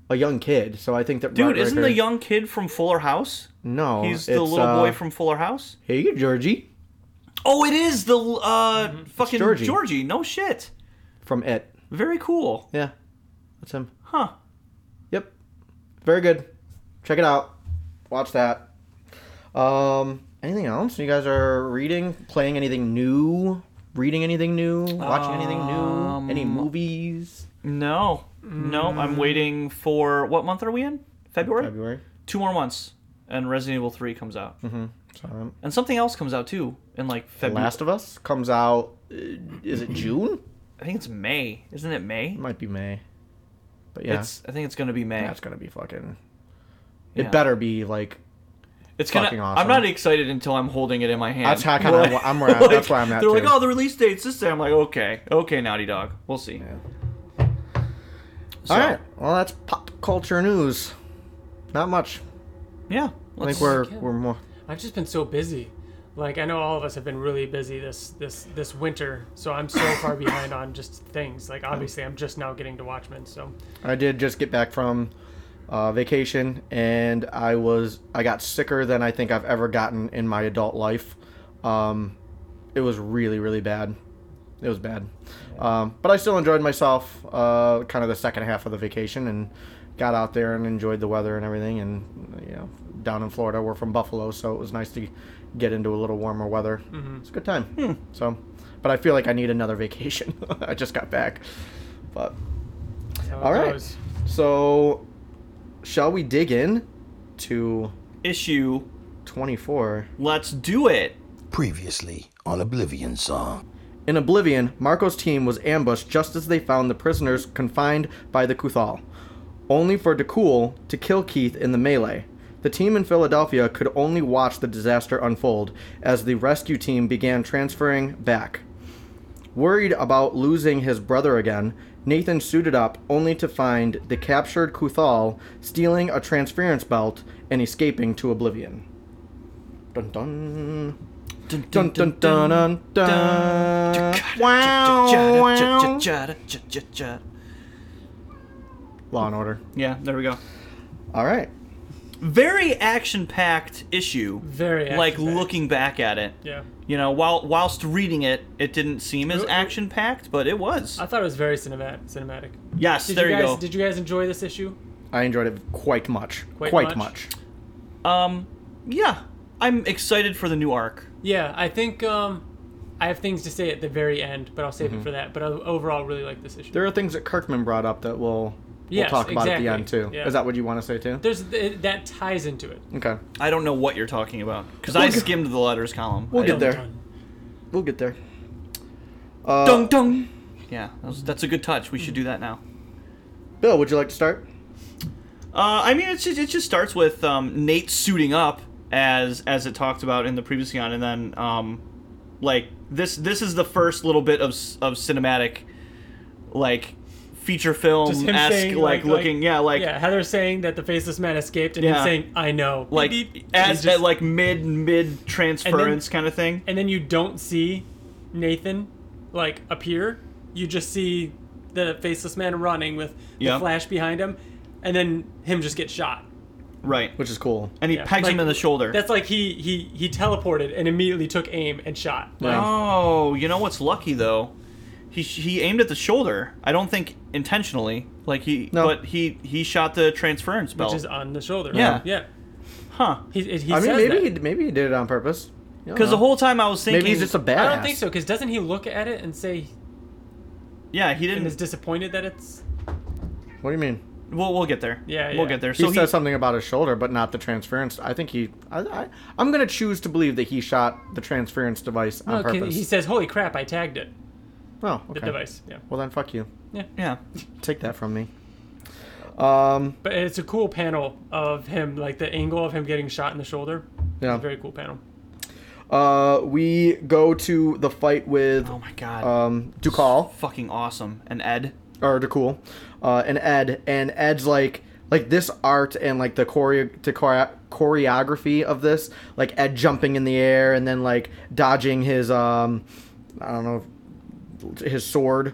Speaker 1: a young kid, so I think that
Speaker 2: dude,
Speaker 1: Robert
Speaker 2: isn't
Speaker 1: Riker-
Speaker 2: the young kid from Fuller House?
Speaker 1: no?
Speaker 2: He's the
Speaker 1: it's,
Speaker 2: little
Speaker 1: uh,
Speaker 2: boy from Fuller House.
Speaker 1: Here you go, Georgie
Speaker 2: Oh, it is the uh
Speaker 1: Mm-hmm.
Speaker 2: fucking
Speaker 1: Georgie.
Speaker 2: Georgie. No shit.
Speaker 1: from It.
Speaker 2: Very cool.
Speaker 1: Yeah, that's him.
Speaker 2: Huh.
Speaker 1: Yep. Very good. Check it out. Watch that. Um, anything else? You guys are reading, playing anything new, reading anything new, watching anything
Speaker 2: Um,
Speaker 1: new, any movies?
Speaker 2: No. No, I'm waiting for what month are we in? February?
Speaker 1: Mm. February.
Speaker 2: Two more months and Resident Evil 3 comes out.
Speaker 1: So, um,
Speaker 2: And something else comes out too in like February.
Speaker 1: Last of Us comes out. uh, Is it June?
Speaker 2: I think it's May. Isn't it May?
Speaker 1: It might be May. But yeah,
Speaker 2: It's I think it's going to be May.
Speaker 1: that's gonna be fucking.
Speaker 2: Yeah.
Speaker 1: It better be like
Speaker 2: It's gonna.
Speaker 1: fucking
Speaker 2: I'm
Speaker 1: awesome.
Speaker 2: not excited until I'm holding it in my hand.
Speaker 1: That's how I kinda-
Speaker 2: Like-
Speaker 1: I'm where I'm- that's where I'm at,
Speaker 2: They're like,
Speaker 1: too.
Speaker 2: oh, the release date's this day. I'm like, okay, okay, Naughty Dog. We'll see. So,
Speaker 1: all right. Well, that's pop culture news. Not much.
Speaker 2: Yeah.
Speaker 1: I
Speaker 2: Let's,
Speaker 1: think we're we're more
Speaker 3: I've just been so busy. Like I know all of us have been really busy this this this winter, so I'm so far behind on just things. Like obviously, I'm just now getting to Watchmen, so
Speaker 1: I did just get back from uh, vacation, and I was I got sicker than I think I've ever gotten in my adult life. Um, it was really really bad. It was bad, um, but I still enjoyed myself. Uh, kind of the second half of the vacation, and got out there and enjoyed the weather and everything. And you know, down in Florida, we're from Buffalo, so it was nice to get into a little warmer weather. It's a good time. So, but I feel like I need another vacation. I just got back, but.
Speaker 3: that's how it
Speaker 1: All right.
Speaker 3: goes.
Speaker 1: So, shall we dig in to
Speaker 2: Issue.
Speaker 1: 24?
Speaker 2: Let's do it.
Speaker 4: Previously on Oblivion Song.
Speaker 1: In Oblivion, Marco's team was ambushed just as they found the prisoners confined by the Kuthal, only for Dekul to kill Keith in the melee. The team in Philadelphia could only watch the disaster unfold as the rescue team began transferring back. Worried about losing his brother again, Nathan suited up only to find the captured Kuthal stealing a transference belt and escaping to oblivion. Dun dun. Dun dun dun dun dun. Wow, wow. Law and Order.
Speaker 2: Yeah, there we go.
Speaker 1: All right.
Speaker 2: Very action-packed issue.
Speaker 3: Very
Speaker 2: like
Speaker 3: action-packed.
Speaker 2: looking back at it.
Speaker 3: Yeah,
Speaker 2: You know, while whilst reading it, it didn't seem as
Speaker 3: Ooh, ooh.
Speaker 2: action-packed, but it was.
Speaker 3: I thought it was very cinematic. Cinematic.
Speaker 2: Yes,
Speaker 3: Uh, Did
Speaker 2: there
Speaker 3: you
Speaker 2: you,
Speaker 3: guys
Speaker 2: go.
Speaker 3: did you guys enjoy this issue?
Speaker 1: I enjoyed it quite much.
Speaker 3: Quite much?
Speaker 2: Um, yeah, I'm excited for the new arc.
Speaker 3: Yeah, I think um, I have things to say at the very end, but I'll save it for that. But I overall really like this issue.
Speaker 1: Mm-hmm. There are things that Kirkman brought up that we'll, we'll
Speaker 3: Yes,
Speaker 1: talk about at the
Speaker 3: exactly.
Speaker 1: end, too.
Speaker 3: Yeah.
Speaker 1: Is that what you want to say, too?
Speaker 3: There's th- that ties into it.
Speaker 1: Okay.
Speaker 2: I don't know what you're talking about because I
Speaker 1: go-
Speaker 2: skimmed the letters column.
Speaker 1: We'll
Speaker 2: I
Speaker 1: get
Speaker 2: don't-
Speaker 1: there. We'll get there. Uh,
Speaker 2: Dung dung. Yeah, that was, that's a good touch. We should do that now.
Speaker 1: Bill, would you like to start?
Speaker 2: Uh, I mean, it's just, it just starts with um, Nate suiting up as as it talked about in the previous on, and then um, like this this is the first little bit of s- of cinematic like feature film
Speaker 3: Just him
Speaker 2: esque
Speaker 3: saying,
Speaker 2: like,
Speaker 3: like-
Speaker 2: looking
Speaker 3: like-
Speaker 2: yeah like
Speaker 3: Yeah, Heather saying that the faceless man escaped, and
Speaker 2: Yeah.
Speaker 3: him saying, "I know." Beep,
Speaker 2: like
Speaker 3: beep. And
Speaker 2: as
Speaker 3: he's just-
Speaker 2: at, like mid mid transference kind of thing.
Speaker 3: and then you don't see Nathan like appear. You just see the faceless man running with the
Speaker 2: Yeah.
Speaker 3: flash behind him, and then him just get shot.
Speaker 2: Right.
Speaker 1: Which is cool.
Speaker 2: And he
Speaker 3: Yeah.
Speaker 2: pegs him
Speaker 3: Like,
Speaker 2: in the shoulder.
Speaker 3: That's like he he he teleported and immediately took aim and shot. Like,
Speaker 2: Oh, you know what's lucky though? He he aimed at the shoulder. I don't think intentionally. Like he,
Speaker 1: No.
Speaker 2: but he he shot the transference belt.
Speaker 3: which is on the shoulder.
Speaker 2: Yeah.
Speaker 3: yeah.
Speaker 2: huh?
Speaker 3: He, he
Speaker 1: I mean,
Speaker 3: says
Speaker 1: maybe
Speaker 3: that.
Speaker 1: he, maybe he did it on purpose. You don't
Speaker 2: Because
Speaker 3: Oh.
Speaker 1: know.
Speaker 2: the whole time I was thinking,
Speaker 1: Maybe he's just a badass.
Speaker 3: I don't think so, because doesn't he look at it and say
Speaker 2: yeah, he
Speaker 3: and is
Speaker 2: didn't.
Speaker 3: disappointed that it's
Speaker 1: What do you mean?
Speaker 2: We'll we'll get there.
Speaker 3: Yeah,
Speaker 2: we'll
Speaker 3: yeah.
Speaker 2: get there.
Speaker 1: He
Speaker 2: So he,
Speaker 1: said something about his shoulder, but not the transference. I think he. I, I, I'm going to choose to believe that he shot the transference device on
Speaker 3: Okay,
Speaker 1: purpose.
Speaker 3: Oh, he says, "Holy crap, I tagged it."
Speaker 1: oh,
Speaker 3: The
Speaker 1: okay.
Speaker 3: device, yeah.
Speaker 1: Well, then fuck you.
Speaker 2: yeah,
Speaker 1: Take that from me. Um,
Speaker 3: But it's a cool panel of him, like the angle of him getting shot in the shoulder.
Speaker 1: yeah.
Speaker 3: It's a very cool panel.
Speaker 1: Uh, we go to the fight with
Speaker 2: oh my god,
Speaker 1: um, Ducal
Speaker 2: fucking awesome. And Ed,
Speaker 1: or Ducal, uh, and Ed, and Ed's like like this art and like the choreo- to chore- choreography of this, like Ed jumping in the air and then like dodging his um, I don't know, his sword,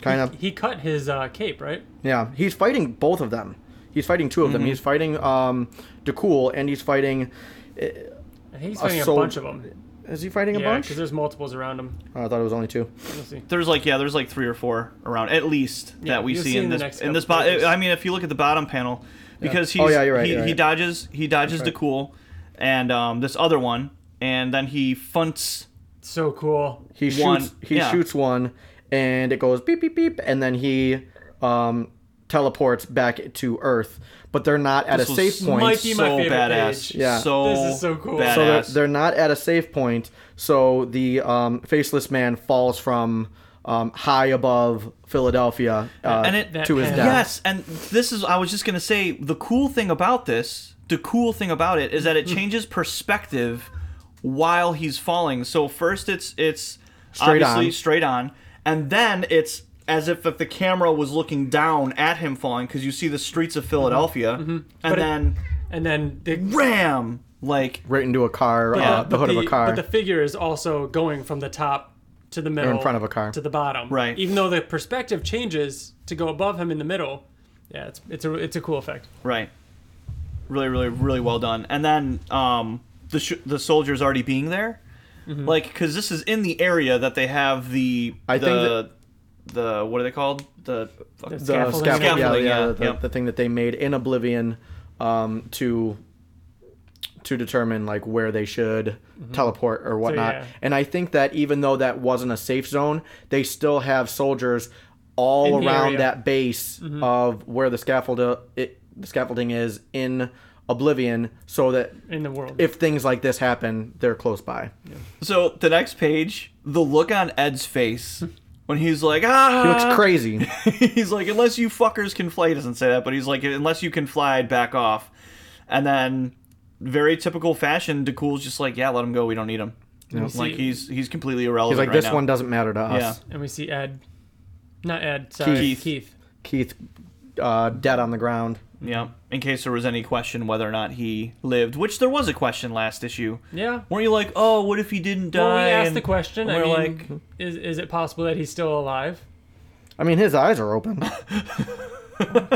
Speaker 1: kind of.
Speaker 3: He cut his uh, cape, right?
Speaker 1: Yeah, he's fighting both of them. He's fighting two of them. He's fighting um, Ducal and he's fighting.
Speaker 3: I think he's fighting a
Speaker 1: sol-
Speaker 3: bunch of them.
Speaker 1: Is he fighting a
Speaker 3: Yeah,
Speaker 1: bunch?
Speaker 3: because there's multiples around him.
Speaker 1: Oh, I thought it was only two.
Speaker 3: You'll see.
Speaker 2: there's like yeah, there's like three or four around at least
Speaker 3: Yeah,
Speaker 2: that we
Speaker 3: you'll
Speaker 2: see,
Speaker 3: see
Speaker 2: in
Speaker 3: in the
Speaker 2: this
Speaker 3: next
Speaker 2: in this. Bo-
Speaker 3: couple pages.
Speaker 2: I mean, if you look at the bottom panel, because
Speaker 1: Oh,
Speaker 2: he's
Speaker 1: yeah, you're right,
Speaker 2: he,
Speaker 1: you're
Speaker 2: he
Speaker 1: right.
Speaker 2: dodges he dodges the
Speaker 1: right.
Speaker 2: cool, and um, this other one, and then he funts.
Speaker 3: So cool.
Speaker 1: He shoots.
Speaker 2: One-
Speaker 1: He
Speaker 2: yeah.
Speaker 1: shoots one, and it goes beep beep beep, and then he um, teleports back to Earth. But they're not at
Speaker 2: This
Speaker 1: a
Speaker 2: was
Speaker 1: safe point.
Speaker 3: might be my
Speaker 2: so
Speaker 3: favorite
Speaker 2: badass.
Speaker 3: page.
Speaker 1: Yeah.
Speaker 2: So
Speaker 3: This is so cool.
Speaker 2: Badass.
Speaker 1: so they're, they're not at a safe point. So the um, faceless man falls from um, high above Philadelphia uh,
Speaker 2: and it
Speaker 1: to his
Speaker 3: that-
Speaker 1: death.
Speaker 2: yes and this is i was just going to say the cool thing about this the cool thing about it is that
Speaker 1: Hmm.
Speaker 2: it changes perspective while he's falling so first it's it's
Speaker 1: Straight
Speaker 2: obviously
Speaker 1: on.
Speaker 2: straight on and then it's as if, if the camera was looking down at
Speaker 1: Mm-hmm.
Speaker 2: him falling because you see the streets of philadelphia and
Speaker 3: it-
Speaker 2: then
Speaker 3: And then the
Speaker 2: ram Like
Speaker 1: right into a car, uh, the
Speaker 3: but
Speaker 1: hood of a car.
Speaker 3: But the figure is also going from the top to the middle.
Speaker 1: front of a car.
Speaker 3: To the bottom.
Speaker 2: Right.
Speaker 3: Even though the perspective changes to go above him in the middle. Yeah, it's it's a it's a cool effect.
Speaker 2: Right. Really, really, really well done. And then um, the sh- the soldiers already being there, Like 'cause like because this is in the area that they have the
Speaker 1: I
Speaker 2: the,
Speaker 1: think
Speaker 2: the what are they called the fuck-
Speaker 3: The
Speaker 1: the
Speaker 3: Scaffolding.
Speaker 1: scaffold,
Speaker 2: Scaffolding,
Speaker 1: yeah, yeah,
Speaker 2: yeah,
Speaker 1: the,
Speaker 2: yep.
Speaker 1: the thing that they made in Oblivion um, to to determine like where they should teleport or whatnot.
Speaker 3: Mm-hmm. yeah.
Speaker 1: And I think that even though that wasn't a safe zone, they still have soldiers all
Speaker 3: In the
Speaker 1: around
Speaker 3: area. Mm-hmm.
Speaker 1: that base of where the scaffold uh, it, the scaffolding is in Oblivion, so that
Speaker 3: In the world.
Speaker 1: if things like this happen, they're close by.
Speaker 2: so the next page the look on Ed's face when he's like ah
Speaker 1: He looks
Speaker 3: Uh,
Speaker 1: crazy.
Speaker 2: he's like, unless you fuckers can fly, he doesn't say that, but he's like, unless you can fly, I'd back off. And then, very typical fashion, DeCool's just like, yeah, let him go. We don't need him. Like
Speaker 3: See-
Speaker 2: he's he's completely
Speaker 1: He's
Speaker 2: irrelevant.
Speaker 1: like,
Speaker 2: right
Speaker 1: this
Speaker 2: now.
Speaker 1: one doesn't matter to
Speaker 2: Yeah.
Speaker 1: us.
Speaker 3: and we see Ed. Not Ed, sorry,
Speaker 2: Keith.
Speaker 3: Keith.
Speaker 1: Keith, uh, dead on the ground.
Speaker 2: Yeah. In case there was any question whether or not he lived, which there was a question last issue.
Speaker 3: Yeah.
Speaker 2: Weren't you like, oh, what if he didn't die?
Speaker 3: Well, we asked
Speaker 2: And
Speaker 3: the question. I
Speaker 2: we're
Speaker 3: mean,
Speaker 2: like,
Speaker 3: is is it possible that he's still alive?
Speaker 1: I mean, his eyes are open. I don't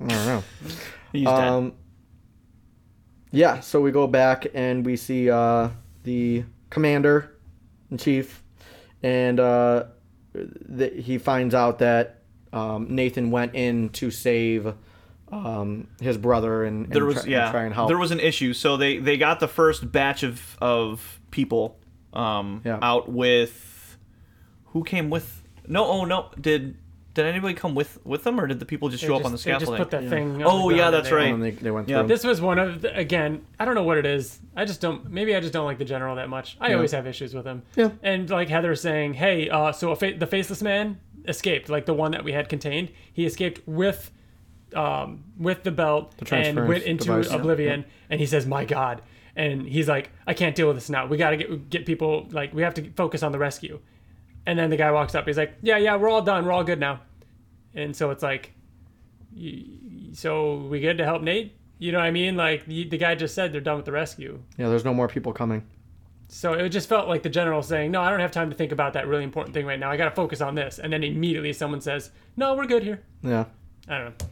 Speaker 1: know.
Speaker 2: he's dead.
Speaker 1: Um, yeah, so we go back and we see uh, the commander in chief, and uh, th- he finds out that um, Nathan went in to save um, his brother and, and
Speaker 2: There was
Speaker 1: try, and
Speaker 2: yeah.
Speaker 1: try and help.
Speaker 2: There was an issue, so they they got the first batch of of people um
Speaker 1: Yeah.
Speaker 2: out with who came with no oh no did did anybody come with with them or did the people just
Speaker 3: They
Speaker 2: show
Speaker 3: just-
Speaker 2: up on the
Speaker 3: they just
Speaker 2: scaffolding?
Speaker 3: put that thing on the
Speaker 2: Oh, yeah,
Speaker 3: ground and
Speaker 2: that's
Speaker 3: they-
Speaker 2: right.
Speaker 1: and they, they went
Speaker 2: Yeah.
Speaker 1: through.
Speaker 3: This was one of the, again, I don't know what it is. I just don't. Maybe I just don't like the general that much. I always have issues with him.
Speaker 1: Yeah.
Speaker 3: And like Heather saying, hey, uh, so a fa- the faceless man escaped, like the one that we had contained. He escaped with, um, with the belt and
Speaker 1: transference
Speaker 3: went into
Speaker 1: device.
Speaker 3: oblivion. And he says, my God. And he's like, I can't deal with this now. We got to get get people like we have to focus on the rescue. And then the guy walks up. He's like, yeah, yeah, we're all done. We're all good now. And so it's like, y- so we good to help Nate? You know what I mean? Like the, the guy just said they're done with the rescue.
Speaker 1: yeah, there's no more people coming.
Speaker 3: So it just felt like the general saying, no, I don't have time to think about that really important thing right now. I got to focus on this. And then immediately someone says, no, we're good here.
Speaker 1: Yeah.
Speaker 3: I don't know.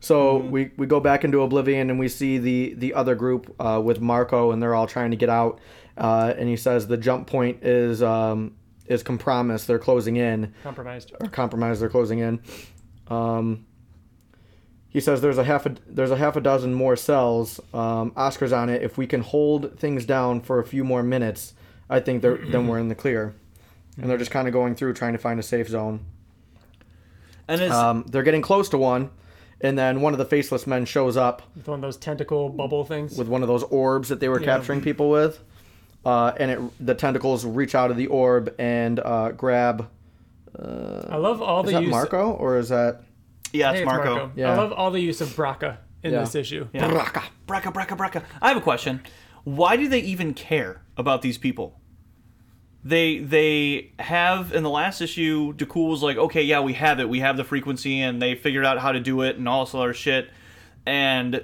Speaker 1: So we, we go back into Oblivion and we see the the other group uh, with Marco and they're all trying to get out. Uh, and he says the jump point is um, is compromised. They're closing in
Speaker 3: Compromised.
Speaker 1: or compromised. They're closing in. Um, he says there's a half a there's a half a dozen more cells. Um, Oscar's on it. If we can hold things down for a few more minutes, I think they're, then we're in the clear. And they're just kind of going through trying to find a safe zone.
Speaker 2: and it's
Speaker 1: Um, they're getting close to one, and then one of the faceless men shows up.
Speaker 3: With one of those tentacle bubble things.
Speaker 1: with one of those orbs that they were capturing people with, uh, and it the tentacles reach out of the orb and uh, grab.
Speaker 3: I love all
Speaker 1: Is
Speaker 3: the
Speaker 1: that
Speaker 3: use.
Speaker 1: Marco or is that
Speaker 2: yeah,
Speaker 3: Hey,
Speaker 2: it's
Speaker 3: it's
Speaker 2: Marco.
Speaker 3: Marco.
Speaker 1: Yeah.
Speaker 3: I love all the use of Braca in
Speaker 1: Yeah.
Speaker 3: this issue.
Speaker 2: Yeah.
Speaker 1: Braca?
Speaker 2: Braca, braca, braca. I have a question. Why do they even care about these people? They they have in the last issue, DeCool was like, okay, yeah, we have it. We have the frequency, and they figured out how to do it and all this other shit. And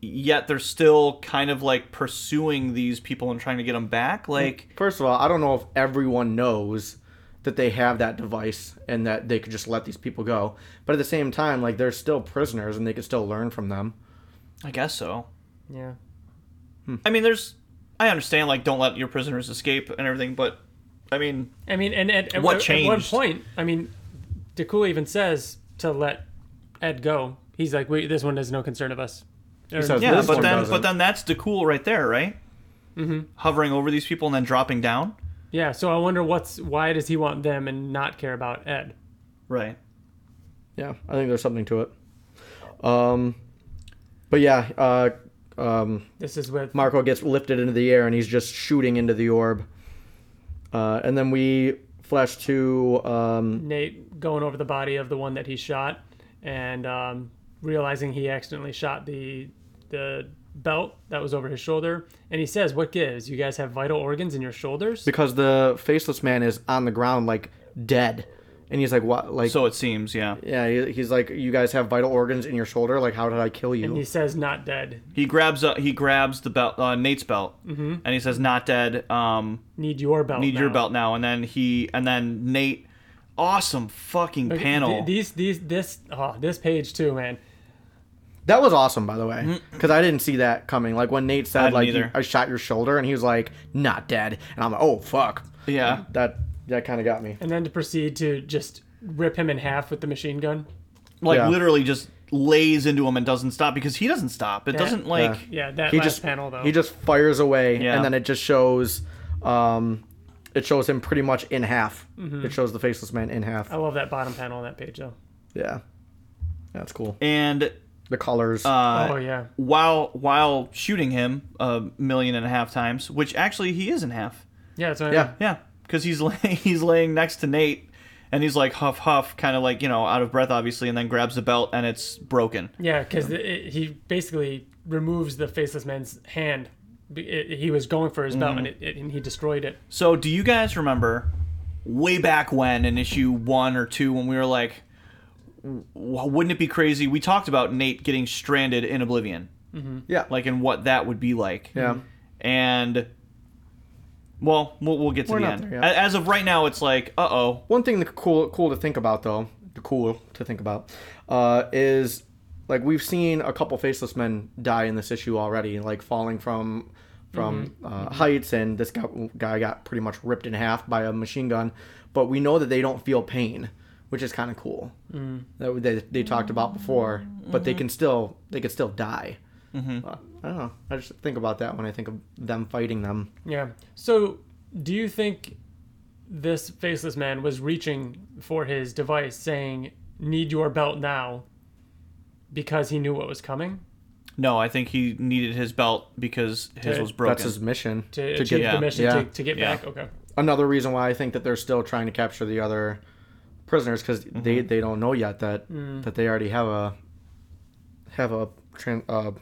Speaker 2: yet they're still kind of like pursuing these people and trying to get them back. Like,
Speaker 1: First of all, I don't know if everyone knows that they have that device and that they could just let these people go. But at the same time, like they're still prisoners and they could still learn from them.
Speaker 2: I guess so.
Speaker 3: Yeah.
Speaker 2: I mean, there's. I understand, like, don't let your prisoners escape and everything, but I mean,
Speaker 3: I mean, and at, at,
Speaker 2: What
Speaker 3: at- at one
Speaker 2: changed?
Speaker 3: point, I mean, DeCool even says to let Ed go. He's like, "We this one is no concern of us." Or-
Speaker 1: says
Speaker 2: Yeah,
Speaker 1: This
Speaker 2: but
Speaker 1: one
Speaker 2: then
Speaker 1: doesn't.
Speaker 2: but then that's the cool right there, right? Mm-hmm. Hovering over these people and then dropping down.
Speaker 3: yeah. So I wonder what's why does he want them and not care about Ed?
Speaker 2: Right.
Speaker 1: Yeah, I think there's something to it. Um, but yeah, uh, um,
Speaker 3: This is with
Speaker 1: Marco gets lifted into the air and he's just shooting into the orb. Uh, and then we flash to um,
Speaker 3: Nate going over the body of the one that he shot and um, realizing he accidentally shot the the belt that was over his shoulder. And he says, "What gives? You guys have vital organs in your shoulders."
Speaker 1: because the faceless man is on the ground like dead And he's like, "What? Like,
Speaker 2: So it seems, yeah.
Speaker 1: yeah." he- He's like, "You guys have vital organs in your shoulder. Like, how did I kill you?"
Speaker 3: And he says, not dead.
Speaker 2: He grabs uh, he grabs the belt, uh, Nate's belt, and he says, "Not dead. Um,
Speaker 3: Need your Mm-hmm. belt.
Speaker 2: need your
Speaker 3: now."
Speaker 2: belt now." And then he and then Nate, awesome fucking
Speaker 3: Like,
Speaker 2: panel.
Speaker 3: th- these, these, this, oh, this page too, man.
Speaker 1: That was awesome, by the way, because I didn't see that coming. Like when Nate
Speaker 2: Mm. I
Speaker 1: said,
Speaker 2: didn't
Speaker 1: "Like you,
Speaker 2: either.
Speaker 1: I shot your shoulder," and he was like, "Not dead," and I'm like, "Oh fuck."
Speaker 2: yeah,
Speaker 1: That that kind of got me.
Speaker 3: And then to proceed to just rip him in half with the machine gun.
Speaker 2: like
Speaker 1: Yeah.
Speaker 2: literally just lays into him and doesn't stop because he doesn't stop. It doesn't like
Speaker 3: Yeah, that
Speaker 1: He
Speaker 3: last
Speaker 1: just
Speaker 3: panel though.
Speaker 1: he just fires away,
Speaker 2: Yeah.
Speaker 1: and then it just shows, um, it shows him pretty much in half.
Speaker 3: Mm-hmm.
Speaker 1: It shows the faceless man in half.
Speaker 3: I love that bottom panel on that page though.
Speaker 1: Yeah, that's cool.
Speaker 2: and uh,
Speaker 1: The colors.
Speaker 3: oh yeah.
Speaker 2: while while shooting him a million and a half times, which actually he is in half.
Speaker 3: Yeah, that's what I
Speaker 1: Yeah.
Speaker 3: mean.
Speaker 2: Yeah, because he's laying, he's laying next to Nate, and he's like huff huff, kind of like you know out of breath, obviously, and then grabs the belt and it's broken.
Speaker 3: Yeah, because he basically removes the faceless man's hand. B- it- he was going for his belt,
Speaker 1: Mm-hmm.
Speaker 3: and, it, it, and he destroyed it.
Speaker 2: So do you guys remember way back when in issue one or two when we were like, w- wouldn't it be crazy? We talked about Nate getting stranded in Oblivion,
Speaker 1: yeah,
Speaker 2: like and what that would be like.
Speaker 1: yeah,
Speaker 2: and. Well, we'll, we'll get to
Speaker 1: We're
Speaker 2: the
Speaker 1: not
Speaker 2: end.
Speaker 1: there yet.
Speaker 2: A- As of right now, it's like, uh oh,
Speaker 1: One thing that cool cool to think about though, cool to think about, uh, is like we've seen a couple faceless men die in this issue already, like falling from from
Speaker 3: Mm-hmm.
Speaker 1: uh, heights, and this guy, guy got pretty much ripped in half by a machine gun. But we know that they don't feel pain, which is kind of cool.
Speaker 3: Mm.
Speaker 1: That they, they talked about before, but
Speaker 3: Mm-hmm.
Speaker 1: they can still they could still die. Uh, I don't know. I just think about that when I think of them fighting them.
Speaker 3: Yeah. So, do you think this faceless man was reaching for his device, saying, "Need your belt now," because he knew what was coming
Speaker 2: No, I think he needed his belt because his
Speaker 3: To-
Speaker 2: was broken.
Speaker 1: That's his mission
Speaker 3: to, achieve
Speaker 2: get-
Speaker 3: the mission
Speaker 1: yeah.
Speaker 3: to, to get
Speaker 2: Yeah.
Speaker 3: back? Okay.
Speaker 1: another reason why I think that they're still trying to capture the other prisoners because they, they don't know yet that that they already have a have a tran- uh,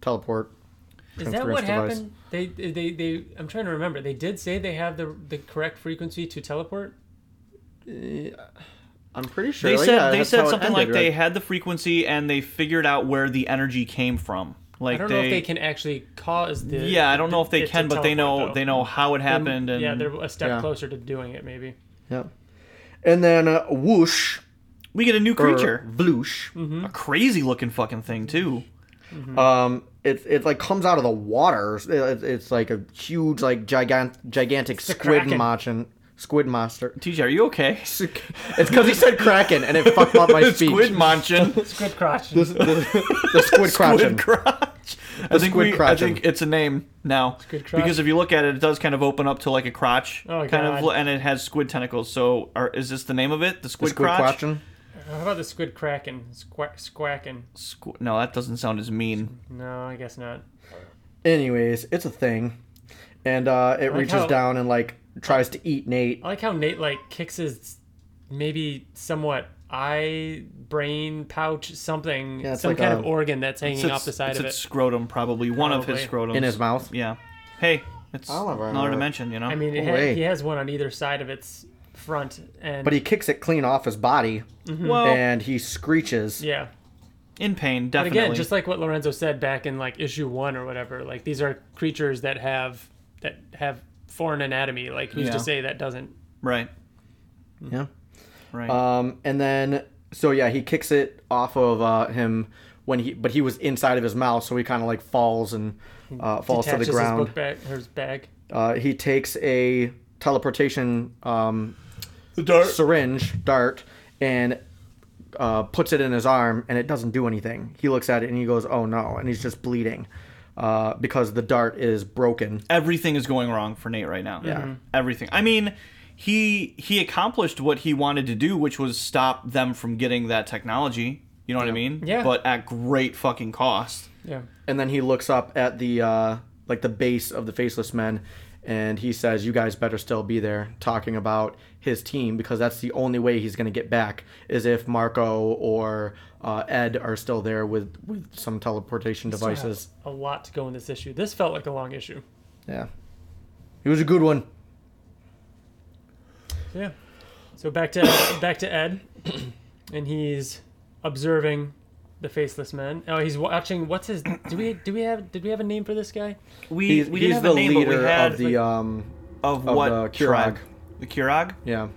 Speaker 1: teleport.
Speaker 3: Is that
Speaker 1: Transference
Speaker 3: what
Speaker 1: device.
Speaker 3: happened? They, they, they. I'm trying to remember. They did say they have the the correct frequency to teleport.
Speaker 1: I'm pretty sure
Speaker 2: they
Speaker 1: like,
Speaker 2: said
Speaker 1: yeah,
Speaker 2: they
Speaker 1: that's
Speaker 2: said
Speaker 1: how it
Speaker 2: something
Speaker 1: ended,
Speaker 2: like they
Speaker 1: right?
Speaker 2: had the frequency and they figured out where the energy came from. Like
Speaker 3: I don't
Speaker 2: they,
Speaker 3: know if they can actually cause the.
Speaker 2: yeah, I don't know if they
Speaker 3: it to
Speaker 2: can, but they know
Speaker 3: teleport, though.
Speaker 2: they know how it happened and
Speaker 3: yeah, they're a step
Speaker 1: yeah.
Speaker 3: closer to doing it, maybe.
Speaker 1: Yeah. And then uh, whoosh
Speaker 2: we get a new
Speaker 1: or
Speaker 2: creature,
Speaker 1: bloosh.
Speaker 3: Mm-hmm.
Speaker 2: a crazy looking fucking thing too.
Speaker 1: Um, it it like comes out of the water. It, it- it's like a huge like gigant gigantic
Speaker 3: a
Speaker 1: squid
Speaker 3: kraken.
Speaker 1: monster. Squid monster.
Speaker 2: TJ, are you okay?
Speaker 1: It's because he said kraken and it fucked up my speech.
Speaker 2: Squid munchin.
Speaker 3: It's good crotch.
Speaker 1: the squid crotchin.
Speaker 2: Squid crotch. I think
Speaker 1: squid
Speaker 2: we, I
Speaker 1: crotchin.
Speaker 2: think it's a name now
Speaker 3: Squid crotch.
Speaker 2: because if you look at it, it does kind of open up to like a crotch,
Speaker 3: Oh,
Speaker 2: kind
Speaker 3: God.
Speaker 2: of, and it has squid tentacles. So, are, is this the name of it? The squid,
Speaker 1: squid
Speaker 2: crotch.
Speaker 1: crotchin.
Speaker 3: How about the squid kraken? Squack, squacking.
Speaker 2: Squ- no, that doesn't sound as mean.
Speaker 3: No, I guess not.
Speaker 1: anyways it's a thing and uh it reaches
Speaker 3: how-
Speaker 1: down and like tries to eat nate
Speaker 3: I like how Nate like kicks his maybe somewhat eye brain pouch something
Speaker 1: Yeah, it's
Speaker 3: some
Speaker 1: like
Speaker 3: kind
Speaker 1: a-
Speaker 3: of organ that's hanging off the side
Speaker 2: it's
Speaker 3: of
Speaker 2: its
Speaker 3: it.
Speaker 2: scrotum, probably one of his
Speaker 3: Probably.
Speaker 2: scrotums.
Speaker 1: in his mouth
Speaker 2: Yeah. Hey, it's
Speaker 1: Oliver.
Speaker 2: another dimension, you know.
Speaker 3: I mean, it
Speaker 1: No
Speaker 3: ha-
Speaker 1: way.
Speaker 3: he has one on either side of its front, and
Speaker 1: but he kicks it clean off his body
Speaker 3: hmm.
Speaker 2: well,
Speaker 1: and he screeches
Speaker 3: Oh. yeah.
Speaker 2: in pain,
Speaker 3: But
Speaker 2: definitely.
Speaker 3: again, just like what Lorenzo said back in like issue one or whatever, like these are creatures that have that have foreign anatomy. Like who's
Speaker 2: Yeah.
Speaker 3: to say that doesn't?
Speaker 2: right,
Speaker 1: yeah
Speaker 2: right.
Speaker 3: Uh,
Speaker 1: um and then so yeah he kicks it off of uh him when he but he was inside of his mouth so he kind of like falls and uh falls to the
Speaker 3: attaches his
Speaker 1: ground
Speaker 3: book bag, or his bag.
Speaker 1: uh he takes a teleportation um
Speaker 2: the dart.
Speaker 1: syringe dart and uh, puts it in his arm and it doesn't do anything. He looks at it and he goes, "Oh no!" and he's just bleeding uh, because the dart is broken.
Speaker 2: Everything is going wrong for Nate right now. Mm-hmm.
Speaker 1: Yeah. Mhm.
Speaker 2: Everything. I mean, he he accomplished what he wanted to do, which was stop them from getting that technology. You know what I mean?
Speaker 3: Yeah.
Speaker 2: But at great fucking cost.
Speaker 3: Yeah.
Speaker 1: And then he looks up at the uh, like the base of the faceless men and he says, "You guys better still be there." Talking about his team because that's the only way he's going to get back is if Marco or uh, Ed are still there with with some teleportation devices.
Speaker 3: A lot to go in this issue. This felt like a long issue.
Speaker 1: Yeah, it was a good one.
Speaker 3: Yeah. So back to back to Ed, and he's observing the faceless men. Oh, he's watching. What's his? Do we do we have did we have a name for this guy?
Speaker 2: We
Speaker 1: He's,
Speaker 2: we
Speaker 1: he's
Speaker 2: didn't have
Speaker 1: the
Speaker 2: a name, but
Speaker 1: leader
Speaker 2: we had
Speaker 1: of the um
Speaker 2: of
Speaker 1: of
Speaker 2: what
Speaker 1: the
Speaker 2: tribe?
Speaker 1: Kirag.
Speaker 2: The Kirag?
Speaker 1: yeah.